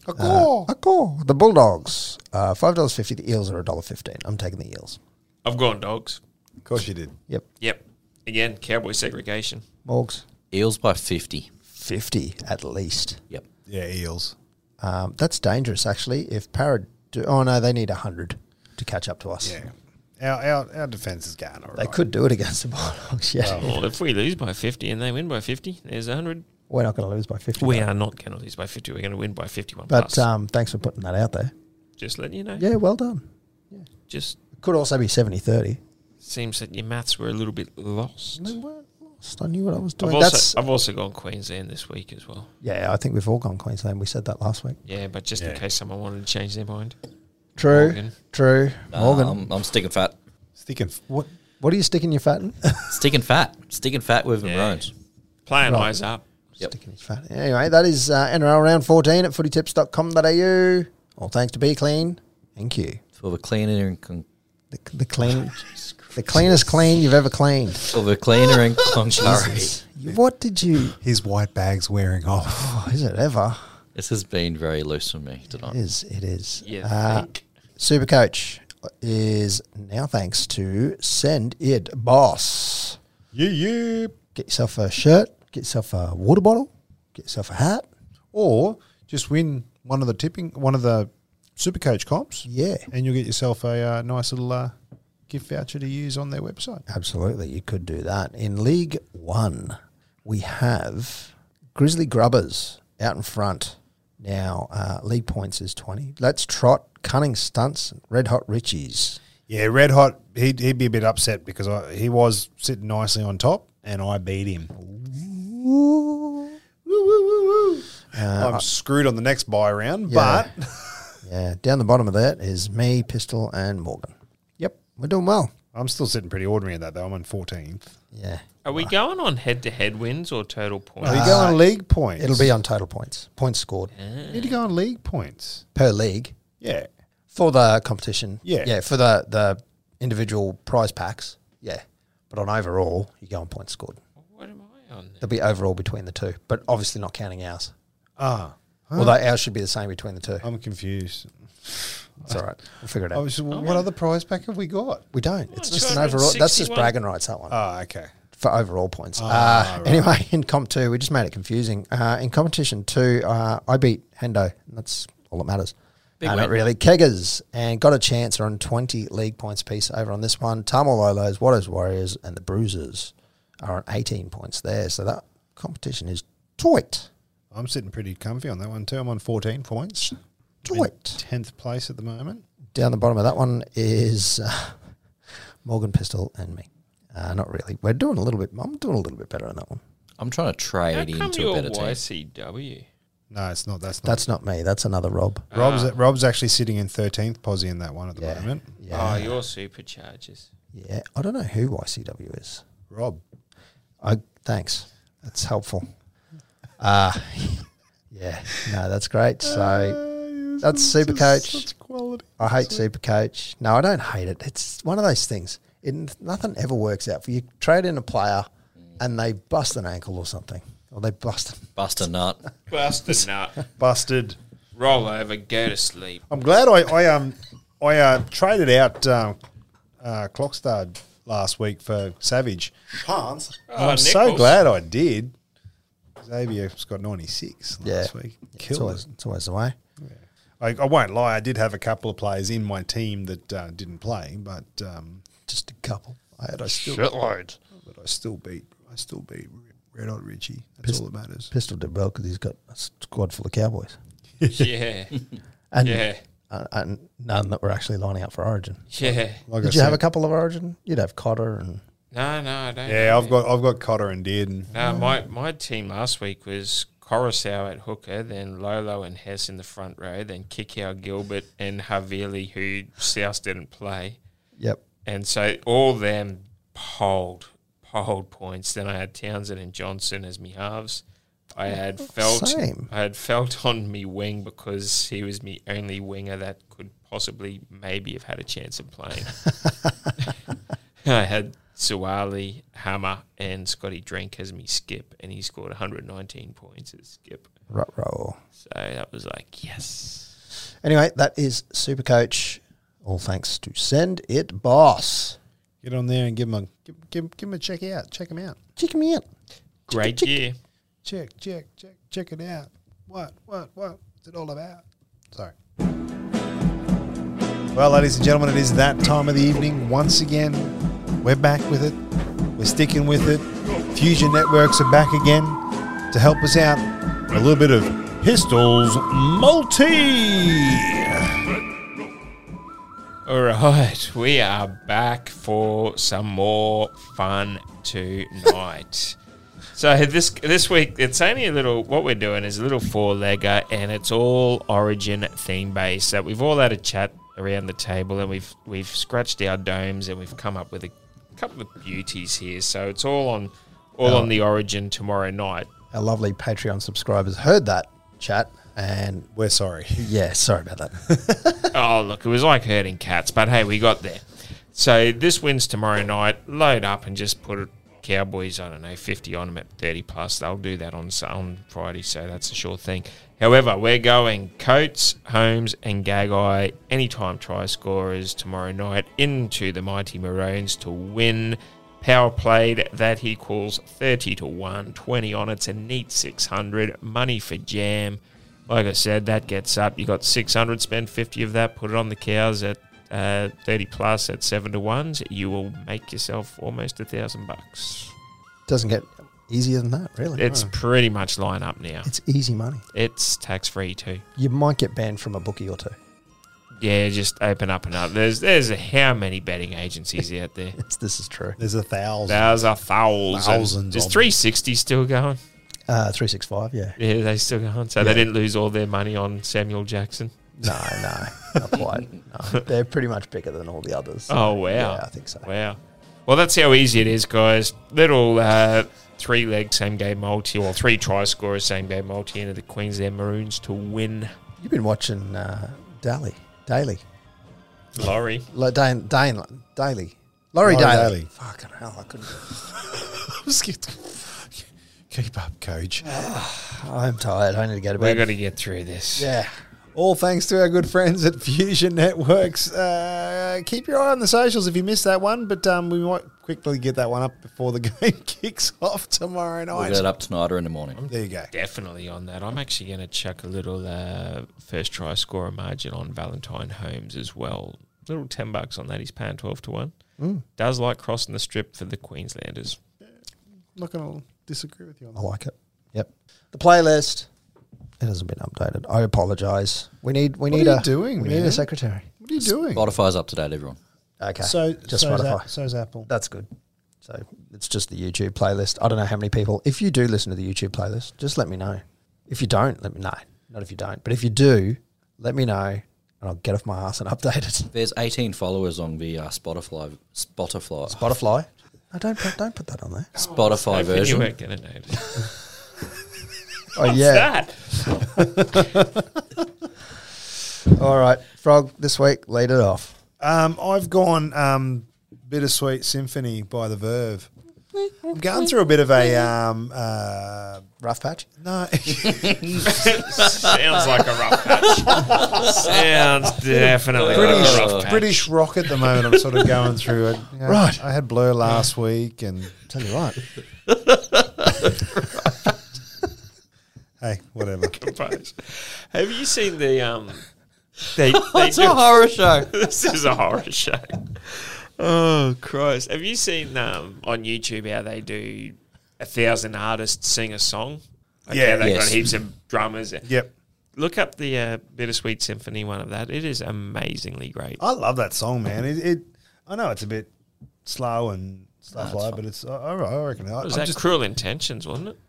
[SPEAKER 4] A gore.
[SPEAKER 2] A core. The Bulldogs. Uh, $5.50. The Eels are $1.15. I'm taking the Eels.
[SPEAKER 1] I've gone dogs.
[SPEAKER 4] of course you did.
[SPEAKER 2] Yep.
[SPEAKER 1] Yep. Again, Cowboy segregation.
[SPEAKER 2] Morgs.
[SPEAKER 3] Eels by 50.
[SPEAKER 2] 50 at least.
[SPEAKER 3] Yep.
[SPEAKER 4] Yeah, eels.
[SPEAKER 2] Um, that's dangerous, actually. If Parrot do, oh no, they need 100 to catch up to us.
[SPEAKER 4] Yeah. Our, our, our defense is going all right.
[SPEAKER 2] They could do it against the Bulldogs, yeah.
[SPEAKER 1] Well, if we lose by 50 and they win by 50, there's 100.
[SPEAKER 2] We're not going to lose by 50.
[SPEAKER 1] We
[SPEAKER 2] though.
[SPEAKER 1] are not going to lose by 50. We're going to win by 51
[SPEAKER 2] But
[SPEAKER 1] plus.
[SPEAKER 3] uh,
[SPEAKER 2] um, thanks for putting that out there.
[SPEAKER 1] Just letting you know.
[SPEAKER 2] Yeah, well done.
[SPEAKER 1] Just
[SPEAKER 2] Could also be 70 30.
[SPEAKER 1] seems that your maths were a little bit lost.
[SPEAKER 2] They weren't lost. I knew what I was
[SPEAKER 1] I've
[SPEAKER 2] doing. That's,
[SPEAKER 1] also, I've also gone Queensland this week as well.
[SPEAKER 2] yeah, I think we've all gone Queensland. We said that last week.
[SPEAKER 1] Yeah, but just in
[SPEAKER 4] Yeah.
[SPEAKER 1] case someone wanted to change their mind.
[SPEAKER 2] True.
[SPEAKER 1] Morgan.
[SPEAKER 2] True. Morgan.
[SPEAKER 3] Um, I'm sticking fat.
[SPEAKER 4] Sticking. f- What?
[SPEAKER 2] what are you sticking your fat in?
[SPEAKER 3] Sticking fat. Sticking fat with
[SPEAKER 1] Yeah.
[SPEAKER 3] Maroons.
[SPEAKER 1] Playing
[SPEAKER 2] Right.
[SPEAKER 1] eyes up.
[SPEAKER 3] Yep.
[SPEAKER 2] Sticking his fat. Anyway, that is uh, NRL round 14 at footytips.com.au. All thanks to Be Clean. Thank you.
[SPEAKER 3] For the cleaner and con-
[SPEAKER 2] The, the clean, the cleanest clean you've ever cleaned.
[SPEAKER 3] for the cleaner and concrete.
[SPEAKER 2] You- What did you?
[SPEAKER 4] His white bag's wearing off.
[SPEAKER 2] Oh, is it ever?
[SPEAKER 3] This has been very loose for me
[SPEAKER 2] It
[SPEAKER 3] tonight.
[SPEAKER 2] is. It is.
[SPEAKER 1] Yeah.
[SPEAKER 2] Uh, Supercoach is now thanks to Send It Boss.
[SPEAKER 4] Yeah, yeah.
[SPEAKER 2] Get yourself a shirt. Get yourself a water bottle. Get yourself a hat.
[SPEAKER 4] Or just win one of the tipping, one of the super coach comps.
[SPEAKER 2] Yeah.
[SPEAKER 4] And you'll get yourself a uh, nice little uh, gift voucher to use on their website.
[SPEAKER 2] Absolutely, you could do that. In League One, we have Grizzly Grubbers out in front. Now, uh, league points is 20. Let's trot Cunning Stunts, Red Hot Richies.
[SPEAKER 4] Yeah, Red Hot, he'd, he'd be a bit upset because I, he was sitting nicely on top and I beat him. Woo, woo, woo, woo. I'm screwed on the next buy round,
[SPEAKER 2] Uh, Yeah.
[SPEAKER 4] but
[SPEAKER 2] Yeah, down the bottom of that is me, Pistol, and Morgan. Yep, we're doing well.
[SPEAKER 4] I'm still sitting pretty ordinary at that, though. I'm on 14th.
[SPEAKER 2] Yeah,
[SPEAKER 1] Are we going on head to head wins or total points?
[SPEAKER 4] Are you going league points?
[SPEAKER 2] Uh, it'll be on total points, points scored
[SPEAKER 4] You need to go on league points.
[SPEAKER 2] per league
[SPEAKER 4] Yeah.
[SPEAKER 2] for the competition.
[SPEAKER 4] Yeah.
[SPEAKER 2] yeah, for the the individual prize packs. Yeah, but on overall, you go on points scored.
[SPEAKER 1] what am I on?
[SPEAKER 2] There'll be overall between the two, but obviously not counting ours.
[SPEAKER 4] Ah,
[SPEAKER 2] Although ours should be the same between the two.
[SPEAKER 4] I'm confused.
[SPEAKER 2] It's all right. We'll figure it
[SPEAKER 4] Oh. I
[SPEAKER 2] out.
[SPEAKER 4] was, what other prize pack have we got?
[SPEAKER 2] We don't. It's
[SPEAKER 1] Oh,
[SPEAKER 2] just an overall. That's just
[SPEAKER 1] 261.
[SPEAKER 2] bragging rights, that one,
[SPEAKER 4] Ah, okay.
[SPEAKER 2] for overall
[SPEAKER 4] Ah,
[SPEAKER 2] points. uh, Anyway, in Comp 2, we just made it confusing. Uh, in Competition 2, uh, I beat Hendo. and That's all that matters.
[SPEAKER 3] Big
[SPEAKER 2] Uh,
[SPEAKER 3] win.
[SPEAKER 2] not really. Keggers and got a chance are on 20 league points piece over on this one. Tamalolos, Watto's Warriors, and the Bruisers are on 18 points there. So that competition is tight.
[SPEAKER 4] I'm sitting pretty comfy on that one, too. I'm on 14 points.
[SPEAKER 2] Tight.
[SPEAKER 4] 10th place at the moment.
[SPEAKER 2] down the bottom of that one is uh, Morgan Pistol and me. Uh, not really. We're doing a little bit. I'm doing a little bit better on that one.
[SPEAKER 3] I'm trying to
[SPEAKER 1] How
[SPEAKER 3] trade
[SPEAKER 1] come
[SPEAKER 3] into a
[SPEAKER 1] you're
[SPEAKER 3] better team.
[SPEAKER 1] YCW?
[SPEAKER 4] No, it's not. That's not.
[SPEAKER 2] That's not me. That's another Rob.
[SPEAKER 4] Rob's, Rob's actually sitting in 13th posse in that one at the moment.
[SPEAKER 1] Oh,
[SPEAKER 2] Yeah,
[SPEAKER 1] your superchargers.
[SPEAKER 2] yeah. I don't know who YCW is.
[SPEAKER 4] Rob.
[SPEAKER 2] I thanks. That's helpful. Uh yeah. No, that's great. So that's super coach.
[SPEAKER 4] quality.
[SPEAKER 2] I hate super coach. No, I don't hate it. It's one of those things. It, nothing ever works out for you. Trade in a player, and they bust an ankle or something, or they bust.
[SPEAKER 3] Bust a nut.
[SPEAKER 1] Busted nut.
[SPEAKER 4] Busted.
[SPEAKER 1] Roll over, go to sleep.
[SPEAKER 4] I'm glad I, I um I uh, traded out um, uh, Clockstar last week for Savage.
[SPEAKER 2] Chance.
[SPEAKER 1] Oh,
[SPEAKER 4] I'm so
[SPEAKER 1] Nichols.
[SPEAKER 4] glad I did. Xavier's got 96
[SPEAKER 2] Yeah.
[SPEAKER 4] last week.
[SPEAKER 2] It's
[SPEAKER 4] Killed
[SPEAKER 2] always,
[SPEAKER 4] it.
[SPEAKER 2] it's always the way.
[SPEAKER 4] I, I won't lie. I did have a couple of players in my team that uh, didn't play, but um,
[SPEAKER 2] Just a couple. I had a
[SPEAKER 4] still
[SPEAKER 1] Shitloads.
[SPEAKER 4] but I still beat I still beat Red Hot Richie. That's all that matters.
[SPEAKER 2] pistol did well because he's got a squad full of cowboys.
[SPEAKER 1] Yeah.
[SPEAKER 2] And,
[SPEAKER 1] Yeah.
[SPEAKER 2] uh, and none that were actually lining up for Origin.
[SPEAKER 1] Yeah.
[SPEAKER 4] Like
[SPEAKER 2] Did
[SPEAKER 4] I
[SPEAKER 2] you have
[SPEAKER 4] said-
[SPEAKER 2] a couple of Origin? You'd have Cotter and
[SPEAKER 1] No, no, I don't.
[SPEAKER 4] Yeah,
[SPEAKER 1] know.
[SPEAKER 4] I've got I've got Cotter and Dearden.
[SPEAKER 1] No, my, my team last week was Coruscant at hooker, then Lolo and Hess in the front row, then Kikau Gilbert and Havili, who South didn't play.
[SPEAKER 2] yep.
[SPEAKER 1] And so all them polled, polled points. Then I had Townsend and Johnson as me halves. I had felt
[SPEAKER 2] Same.
[SPEAKER 1] I had felt on me wing because he was me only winger that could possibly maybe have had a chance of playing. I had Suwali, Hammer, and Scotty Drink as me skip, and he scored 119 points as skip.
[SPEAKER 2] Rut roll.
[SPEAKER 1] So that was like yes.
[SPEAKER 2] Anyway, that is Super Coach. All thanks to Send It Boss.
[SPEAKER 4] Get on there and give them a give, give, give 'em a check out. Check them out.
[SPEAKER 2] Check me out.
[SPEAKER 1] Great year.
[SPEAKER 4] Check, check, check, check it out. What, what, what? What's it all about? Sorry. Well, ladies and gentlemen, it is that time of the evening once again. We're back with it. We're sticking with it. Fusion Networks are back again to help us out. A little bit of Histol's Multi.
[SPEAKER 1] All right, we are back for some more fun tonight. so this this week, it's only a little. What we're doing is a little four legger, and it's all Origin theme based. So we've all had a chat around the table, and we've we've scratched our domes, and we've come up with a couple of beauties here. So it's all on all on the Origin tomorrow night.
[SPEAKER 2] Our lovely Patreon subscribers heard that chat and
[SPEAKER 4] We're sorry.
[SPEAKER 2] yeah, sorry about that.
[SPEAKER 1] Oh, look, it was like herding cats, but hey, we got there. So this wins tomorrow night. Load up and just put Cowboys, I don't know, 50 on them at 30 plus. They'll do that on, s- on Friday, so that's a sure thing. However, we're going Coates, Holmes, and Gagai, anytime try scorers tomorrow night into the mighty Maroons to win. Power played, that equals 30 to 1, 20 on. It's a neat 600. Money for jam. Like I said, that gets up. You got 600, spend 50 of that, put it on the cows at uh, 30 plus at 7 to 1s. You will make yourself almost a thousand bucks.
[SPEAKER 2] Doesn't get easier than that, really.
[SPEAKER 1] It's pretty much line up now.
[SPEAKER 2] it's easy money.
[SPEAKER 1] It's tax free too.
[SPEAKER 2] You might get banned from a bookie or two.
[SPEAKER 1] Yeah, just open up and up. There's there's how many betting agencies out there?
[SPEAKER 2] It's, this is true.
[SPEAKER 4] There's a thousand.
[SPEAKER 1] There's a thousand.
[SPEAKER 4] Thousands
[SPEAKER 1] Is
[SPEAKER 4] of them.
[SPEAKER 1] 360 still going?
[SPEAKER 2] Uh, 365, yeah.
[SPEAKER 1] Yeah, they still going. So they didn't lose all their money on Samuel Jackson.
[SPEAKER 2] No, no, not quite. No. They're pretty much bigger than all the others.
[SPEAKER 1] Oh wow!
[SPEAKER 2] Yeah, I think so.
[SPEAKER 1] Wow. Well, that's how easy it is, guys. Little uh, three leg same game multi or three try scorers same game multi into the Queensland Maroons to win.
[SPEAKER 2] You've been watching uh, Daly, Daly,
[SPEAKER 1] Laurie,
[SPEAKER 2] Lo- Dane, Dane, Daly, Laurie,
[SPEAKER 4] Laurie
[SPEAKER 2] Daly.
[SPEAKER 4] Daly.
[SPEAKER 2] Fucking hell, I couldn't.
[SPEAKER 4] Keep up, coach.
[SPEAKER 2] I'm tired. I need to go to
[SPEAKER 1] we're
[SPEAKER 2] bed.
[SPEAKER 1] going to get through this.
[SPEAKER 2] yeah.
[SPEAKER 4] All thanks to our good friends at Fusion Networks. Uh, keep your eye on the socials if you missed that one, but um, we might quickly get that one up before the game kicks off tomorrow
[SPEAKER 3] We'll
[SPEAKER 4] night.
[SPEAKER 3] get it up tonight or in the morning.
[SPEAKER 4] There you go.
[SPEAKER 1] Definitely on that. I'm actually going to chuck a little uh, first try scorer margin on Valentine Holmes as well. Little 10 bucks on that. He's paying 12 to 1.
[SPEAKER 2] Mm.
[SPEAKER 1] Does like crossing the strip for the Queenslanders.
[SPEAKER 4] Not going to disagree with you on
[SPEAKER 2] I
[SPEAKER 4] that.
[SPEAKER 2] like it. Yep. The playlist. It hasn't been updated. I apologise. We need. We
[SPEAKER 4] What
[SPEAKER 2] need
[SPEAKER 4] are you
[SPEAKER 2] a
[SPEAKER 4] doing,
[SPEAKER 2] We need a
[SPEAKER 4] man?
[SPEAKER 2] secretary.
[SPEAKER 4] What are you doing?
[SPEAKER 3] Spotify's up to date, everyone.
[SPEAKER 2] Okay.
[SPEAKER 4] So,
[SPEAKER 2] just
[SPEAKER 4] so's,
[SPEAKER 2] Spotify.
[SPEAKER 4] Ap- so's Apple.
[SPEAKER 2] That's good. So it's just the YouTube playlist. I don't know how many people. If you do listen to the YouTube playlist, just let me know. If you don't, let me know. Not if you don't, but if you do, let me know, and I'll get off my ass and update it.
[SPEAKER 3] There's 18 followers on the uh, Spotify Spotify
[SPEAKER 2] Spotify. No, don't put, don't put that on there.
[SPEAKER 3] Spotify
[SPEAKER 1] Hoping You
[SPEAKER 3] version.
[SPEAKER 1] weren't going to notice.
[SPEAKER 2] Oh yeah.
[SPEAKER 1] that.
[SPEAKER 2] All right, Frog. This week, lead it off.
[SPEAKER 4] Um, I've gone um, Bittersweet Symphony by The Verve. I'm going through a bit of a. Um, uh,
[SPEAKER 2] Rough patch.
[SPEAKER 4] no.
[SPEAKER 1] Sounds like a rough patch. Sounds definitely
[SPEAKER 4] British,
[SPEAKER 1] like a rough patch.
[SPEAKER 4] British rock at the moment. I'm sort of going through it. You know,
[SPEAKER 2] Right.
[SPEAKER 4] I had Blur last week, and
[SPEAKER 2] Tell you what.
[SPEAKER 4] hey, whatever.
[SPEAKER 1] British. Have you seen the um? They, they
[SPEAKER 3] It's a
[SPEAKER 1] do,
[SPEAKER 3] horror show.
[SPEAKER 1] this is a horror show. Oh Christ! Have you seen um on YouTube how they do a thousand artists sing a song?
[SPEAKER 4] Yeah.
[SPEAKER 1] they have
[SPEAKER 3] Yes.
[SPEAKER 1] got heaps of drummers.
[SPEAKER 4] yep.
[SPEAKER 1] Look up the uh, Bittersweet Symphony one of that. It is amazingly great.
[SPEAKER 4] I love that song, man. It, it I know it's a bit slow and stuff like that, but it's I, I reckon. I, I'm
[SPEAKER 1] was that
[SPEAKER 4] just,
[SPEAKER 1] Cruel Intentions, wasn't it?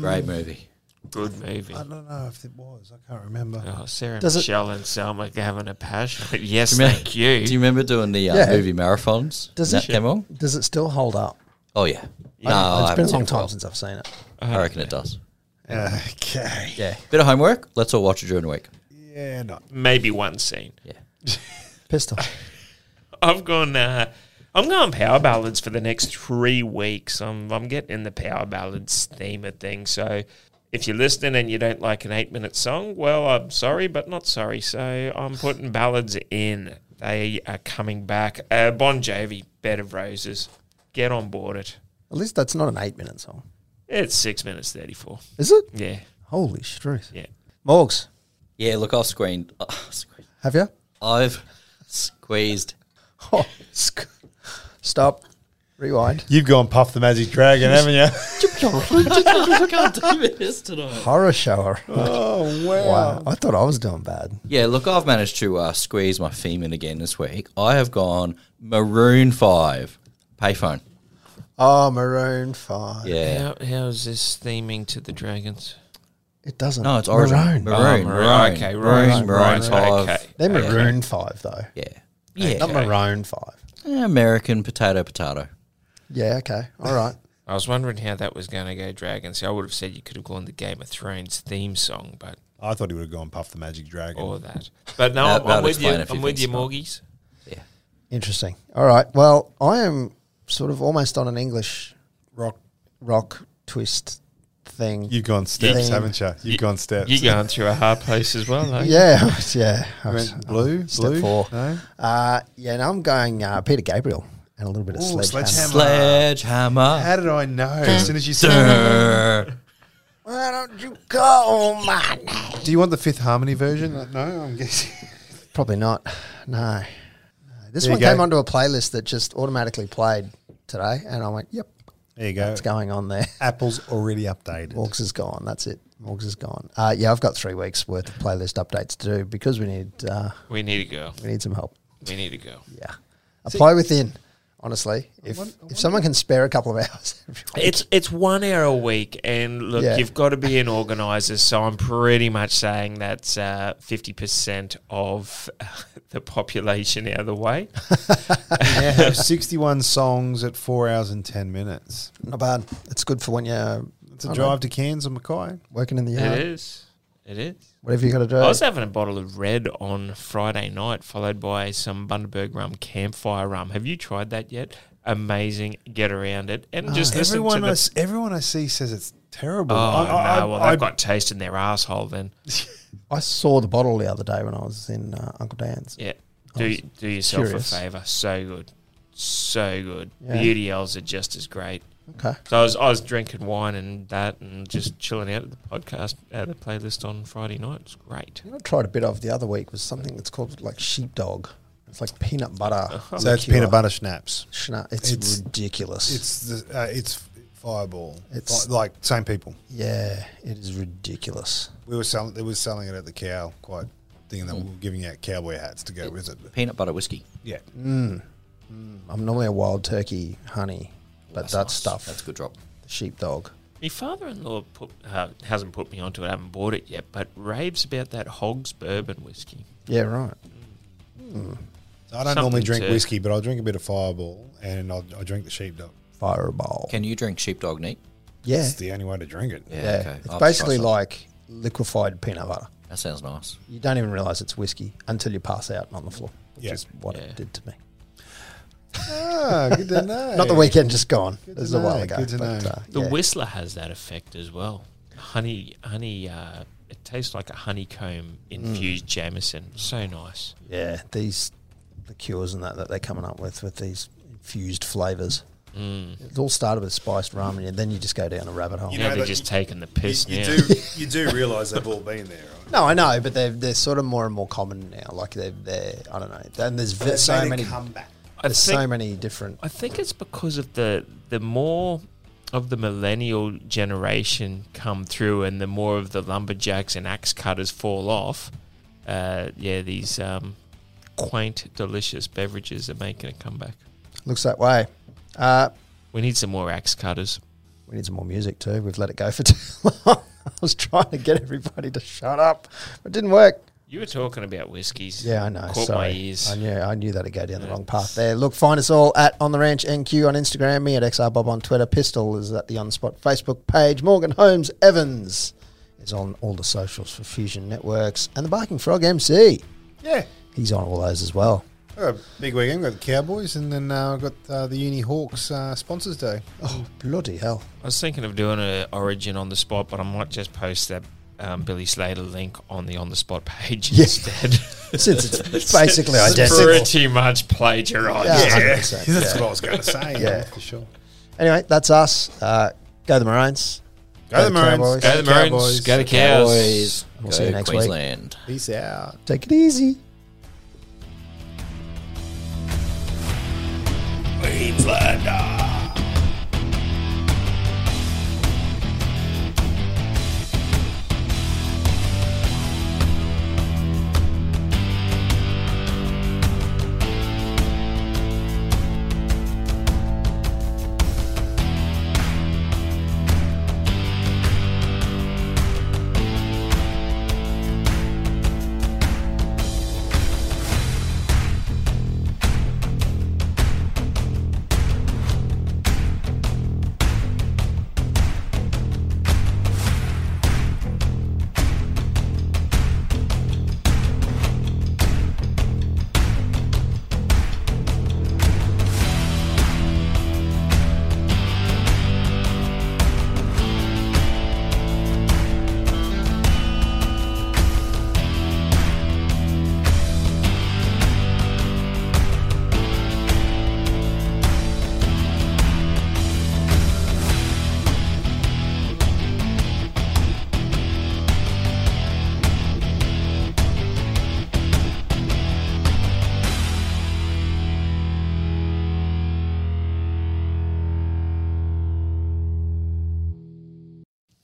[SPEAKER 3] Great movie.
[SPEAKER 1] Good movie.
[SPEAKER 4] I don't know if it was. I can't remember.
[SPEAKER 1] Oh, Sarah
[SPEAKER 2] Does it-
[SPEAKER 1] Michelle and Selma having a passion. yes,
[SPEAKER 3] Do you remem-
[SPEAKER 1] thank you.
[SPEAKER 3] Do you remember doing the uh,
[SPEAKER 2] Yeah.
[SPEAKER 3] movie marathons?
[SPEAKER 2] Does
[SPEAKER 3] that
[SPEAKER 2] it-
[SPEAKER 3] come on?
[SPEAKER 2] Does it still hold up?
[SPEAKER 3] Oh yeah. No, I
[SPEAKER 2] it's
[SPEAKER 3] haven't
[SPEAKER 2] been a
[SPEAKER 3] seen
[SPEAKER 2] long
[SPEAKER 3] it for
[SPEAKER 2] time
[SPEAKER 3] while.
[SPEAKER 2] since I've seen it.
[SPEAKER 3] I reckon it does.
[SPEAKER 4] Okay.
[SPEAKER 2] Yeah.
[SPEAKER 3] Bit of homework. Let's all watch it during the week.
[SPEAKER 4] Yeah, no.
[SPEAKER 1] Maybe one scene.
[SPEAKER 3] Yeah.
[SPEAKER 2] Pistol.
[SPEAKER 1] I've gone. Uh, I'm going power ballads for the next three weeks. I'm I'm getting in the power ballads theme of things. So if you're listening and you don't like an eight minute song, well, I'm sorry, but not sorry. So I'm putting ballads in. They are coming back. Uh, bon Jovi, Bed of Roses. Get on board it.
[SPEAKER 2] At least that's not an eight minute song,
[SPEAKER 1] It's six minutes thirty-four.
[SPEAKER 2] is it?
[SPEAKER 1] Yeah,
[SPEAKER 2] Holy struth.
[SPEAKER 1] yeah.
[SPEAKER 2] Morgs,
[SPEAKER 3] Yeah, look, I've screened.
[SPEAKER 2] have you?
[SPEAKER 3] I've squeezed.
[SPEAKER 2] Oh, sc- stop. Rewind.
[SPEAKER 4] You've gone puff the magic dragon, haven't you?
[SPEAKER 3] I can't do this tonight.
[SPEAKER 2] Horror shower.
[SPEAKER 4] oh
[SPEAKER 2] Wow. I thought I was doing bad.
[SPEAKER 3] Yeah, look, I've managed to uh, squeeze my femur again this week. I have gone maroon five, payphone.
[SPEAKER 2] Oh, Maroon 5.
[SPEAKER 3] Yeah.
[SPEAKER 1] How, how is this theming to the dragons?
[SPEAKER 2] It doesn't.
[SPEAKER 3] No, it's orange.
[SPEAKER 2] Maroon.
[SPEAKER 3] Maroon.
[SPEAKER 1] Oh,
[SPEAKER 3] maroon.
[SPEAKER 1] Okay,
[SPEAKER 3] maroon.
[SPEAKER 1] right,
[SPEAKER 3] Maroon
[SPEAKER 1] right,
[SPEAKER 3] five.
[SPEAKER 1] okay.
[SPEAKER 2] They're Maroon 5, though.
[SPEAKER 3] Yeah. Yeah.
[SPEAKER 2] Not Maroon 5.
[SPEAKER 3] American potato potato.
[SPEAKER 2] Yeah, okay. All right.
[SPEAKER 1] I was wondering how that was going to go, dragons. I would have said you could have gone the Game of Thrones theme song, but
[SPEAKER 4] I thought he would have gone puff the magic dragon.
[SPEAKER 1] or that. But no,
[SPEAKER 3] That-
[SPEAKER 1] I'm, I'm
[SPEAKER 3] that'd
[SPEAKER 1] with you.
[SPEAKER 3] explain a few
[SPEAKER 1] I'm with you,
[SPEAKER 3] things, Scott.
[SPEAKER 1] Morgies.
[SPEAKER 3] Yeah.
[SPEAKER 2] Interesting. All right. Well, I am sort of almost on an English
[SPEAKER 4] Rock,
[SPEAKER 2] rock twist thing.
[SPEAKER 4] you've gone steps,
[SPEAKER 2] Yeah.
[SPEAKER 4] haven't you? You've gone steps.
[SPEAKER 1] You're going through a hard place as well, though.
[SPEAKER 2] yeah, I was- yeah. I was-
[SPEAKER 4] Went blue,
[SPEAKER 2] Step
[SPEAKER 4] blue.
[SPEAKER 2] four.
[SPEAKER 4] No?
[SPEAKER 2] Uh, yeah, and I'm going uh, Peter Gabriel and a little bit of
[SPEAKER 4] Ooh,
[SPEAKER 2] Sledgehammer.
[SPEAKER 4] Sledgehammer.
[SPEAKER 3] Sledgehammer.
[SPEAKER 4] How did I know? As soon as you said,
[SPEAKER 3] Durr.
[SPEAKER 2] Why don't you call my name?
[SPEAKER 4] do you want the Fifth Harmony version? No, I'm guessing.
[SPEAKER 2] Probably not. No. No. This
[SPEAKER 4] There you
[SPEAKER 2] one came
[SPEAKER 4] go.
[SPEAKER 2] onto a playlist that just automatically played today, and I went, yep,
[SPEAKER 4] There you go.
[SPEAKER 2] it's going on there.
[SPEAKER 4] Apple's already updated.
[SPEAKER 2] Morgs is gone. That's it. Morgs is gone. Uh, yeah, I've got three weeks worth of playlist updates to do because we need uh,
[SPEAKER 1] We need a girl.
[SPEAKER 2] we need some help.
[SPEAKER 1] We need a girl.
[SPEAKER 2] Yeah, apply within. Honestly, if if someone can spare a couple of hours, every week-
[SPEAKER 1] It's it's one hour a week, and look,
[SPEAKER 2] Yeah.
[SPEAKER 1] you've got to be an organizer. So I'm pretty much saying that's fifty percent of the population out of the way.
[SPEAKER 4] We now have 61 songs at four hours and 10 minutes.
[SPEAKER 2] not bad. It's good for when you're
[SPEAKER 4] It's a
[SPEAKER 2] I don't
[SPEAKER 4] drive to Cairns and Mackay.
[SPEAKER 2] know, working in the
[SPEAKER 1] It
[SPEAKER 2] yard.
[SPEAKER 1] is. It is.
[SPEAKER 2] Whatever you got to do.
[SPEAKER 1] I was having a bottle of red on Friday night, followed by some Bundaberg rum, campfire rum. Have you tried that yet? Amazing. Get around it, and just listen
[SPEAKER 4] Oh, Everyone,
[SPEAKER 1] to
[SPEAKER 4] I,
[SPEAKER 1] the
[SPEAKER 4] s- everyone I see says it's terrible.
[SPEAKER 1] Oh
[SPEAKER 4] I, I- I-
[SPEAKER 1] no! Well, they've
[SPEAKER 4] I-
[SPEAKER 1] got taste in their asshole. Then,
[SPEAKER 2] I saw the bottle the other day when I was in uh, Uncle Dan's.
[SPEAKER 1] yeah,
[SPEAKER 2] I
[SPEAKER 4] Oh,
[SPEAKER 1] do
[SPEAKER 2] was
[SPEAKER 1] do yourself
[SPEAKER 2] curious.
[SPEAKER 1] a favor. So good, so good.
[SPEAKER 2] Yeah.
[SPEAKER 1] The UDLs are just as great.
[SPEAKER 2] Okay.
[SPEAKER 1] So I was I was drinking wine and that, and just chilling out at the podcast at the playlist on Friday night. It's great.
[SPEAKER 2] You know, what I tried a bit of the other week was something that's called like sheepdog. It's like peanut butter.
[SPEAKER 4] so it's
[SPEAKER 2] liqueur.
[SPEAKER 4] peanut butter schnapps.
[SPEAKER 2] Schna- It's,
[SPEAKER 4] It's-
[SPEAKER 2] ridiculous.
[SPEAKER 4] It's the, uh, it's Fireball.
[SPEAKER 2] It's-
[SPEAKER 4] It's like same people.
[SPEAKER 2] yeah, it is ridiculous.
[SPEAKER 4] We were selling. They were selling it at the cow quite thing, and they were giving out cowboy hats to go with Hmm. it.
[SPEAKER 3] Peanut butter whiskey.
[SPEAKER 4] Yeah,
[SPEAKER 2] I'm normally a wild turkey honey, but that stuff,
[SPEAKER 3] That's a good drop.
[SPEAKER 2] the sheepdog.
[SPEAKER 1] My father-in-law put, uh, hasn't put me onto it. I haven't bought it yet, but raves about that Hogs bourbon whiskey.
[SPEAKER 2] Yeah, right.
[SPEAKER 4] I don't normally
[SPEAKER 1] Something
[SPEAKER 4] drink
[SPEAKER 1] to-
[SPEAKER 4] whiskey, but I'll drink a bit of Fireball, and I'll, I'll drink the Sheepdog.
[SPEAKER 2] Fireball.
[SPEAKER 3] Can you drink sheepdog neat?
[SPEAKER 2] yeah.
[SPEAKER 4] It's the only way to drink it.
[SPEAKER 2] yeah.
[SPEAKER 3] okay.
[SPEAKER 2] It's
[SPEAKER 3] I'll try
[SPEAKER 2] basically
[SPEAKER 3] some.
[SPEAKER 2] like liquefied peanut butter.
[SPEAKER 3] That sounds nice.
[SPEAKER 2] You don't even realize it's whiskey until you pass out on the floor, which
[SPEAKER 4] Yeah.
[SPEAKER 2] is what
[SPEAKER 1] Yeah.
[SPEAKER 2] it did to me.
[SPEAKER 4] Ah, good to know.
[SPEAKER 2] Not the weekend just gone. This
[SPEAKER 4] to
[SPEAKER 2] is a while
[SPEAKER 4] know,
[SPEAKER 2] ago.
[SPEAKER 4] good to
[SPEAKER 2] but,
[SPEAKER 4] know.
[SPEAKER 2] uh,
[SPEAKER 1] The
[SPEAKER 2] yeah.
[SPEAKER 1] Whistler has that effect as well. Honey, honey. Uh, it tastes like a honeycomb infused
[SPEAKER 2] Mm.
[SPEAKER 1] Jameson. So nice.
[SPEAKER 2] yeah, these the cures and that that they're coming up with with these infused flavors. It all started with spiced rum, and then you just go down a rabbit hole.
[SPEAKER 4] You
[SPEAKER 1] Now
[SPEAKER 4] know
[SPEAKER 1] they're
[SPEAKER 4] that-
[SPEAKER 1] just taking the piss
[SPEAKER 4] You,
[SPEAKER 1] now.
[SPEAKER 4] do you do realise they've all been there, right?
[SPEAKER 2] No, I know, but they're they're sort of more and more common now. Like they're they're I don't know. And there's v- so many
[SPEAKER 4] comeback.
[SPEAKER 1] I
[SPEAKER 2] there's so
[SPEAKER 1] think-
[SPEAKER 2] many different.
[SPEAKER 1] I think it's because of the the more of the millennial generation come through, and the more of the lumberjacks and axe cutters fall off. Uh, yeah, these um, quaint, delicious beverages are making a comeback.
[SPEAKER 2] Looks that way. Uh,
[SPEAKER 1] We need some more axe cutters.
[SPEAKER 2] we need some more music too. We've let it go for too long. I was trying to get everybody to shut up, but it didn't work.
[SPEAKER 1] You were talking about whiskies.
[SPEAKER 2] Yeah, I know.
[SPEAKER 1] Caught
[SPEAKER 2] Sorry.
[SPEAKER 1] my ears.
[SPEAKER 2] I knew I knew that'd go down the wrong path there. Look, find us all at On the Ranch NQ on Instagram, me at XRBob on Twitter, Pistol is at the On the Spot Facebook page, Morgan Holmes Evans is on all the socials for Fusion Networks, and the Barking Frog MC.
[SPEAKER 4] Yeah.
[SPEAKER 2] He's on all those as well.
[SPEAKER 4] I've got a big weekend. We've got the Cowboys, and then uh, I've got uh, the Uni Hawks uh, Sponsors Day.
[SPEAKER 2] Oh, bloody hell.
[SPEAKER 1] I was thinking of doing a origin on the spot, but I might just post that um, Billy Slater link on the on the spot page
[SPEAKER 2] Yeah.
[SPEAKER 1] instead.
[SPEAKER 2] Since it's basically
[SPEAKER 1] It's
[SPEAKER 2] identical.
[SPEAKER 1] Pretty much plagiarized.
[SPEAKER 2] Yeah, 100%,
[SPEAKER 4] That's
[SPEAKER 2] yeah.
[SPEAKER 4] what I was going to say.
[SPEAKER 2] Yeah.
[SPEAKER 4] for sure.
[SPEAKER 2] Anyway, that's us. Uh, go the Maroons.
[SPEAKER 4] Go the
[SPEAKER 2] Cowboys.
[SPEAKER 4] Maroons.
[SPEAKER 1] Go the Maroons.
[SPEAKER 4] Cowboys.
[SPEAKER 1] Go the Cows.
[SPEAKER 2] We'll
[SPEAKER 3] Go
[SPEAKER 2] see you next week.
[SPEAKER 3] Queensland.
[SPEAKER 4] Peace out.
[SPEAKER 2] Take it easy.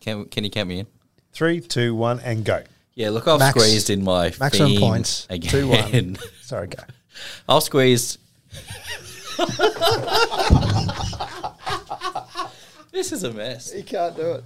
[SPEAKER 3] Can, can you count me in?
[SPEAKER 4] Three, two, one, and go.
[SPEAKER 3] Yeah, look, I've
[SPEAKER 2] Max-
[SPEAKER 3] squeezed in my
[SPEAKER 2] maximum
[SPEAKER 3] theme
[SPEAKER 2] points,
[SPEAKER 3] again.
[SPEAKER 2] 2-1. Sorry, go.
[SPEAKER 3] I've squeezed. this is a mess.
[SPEAKER 2] You can't do it.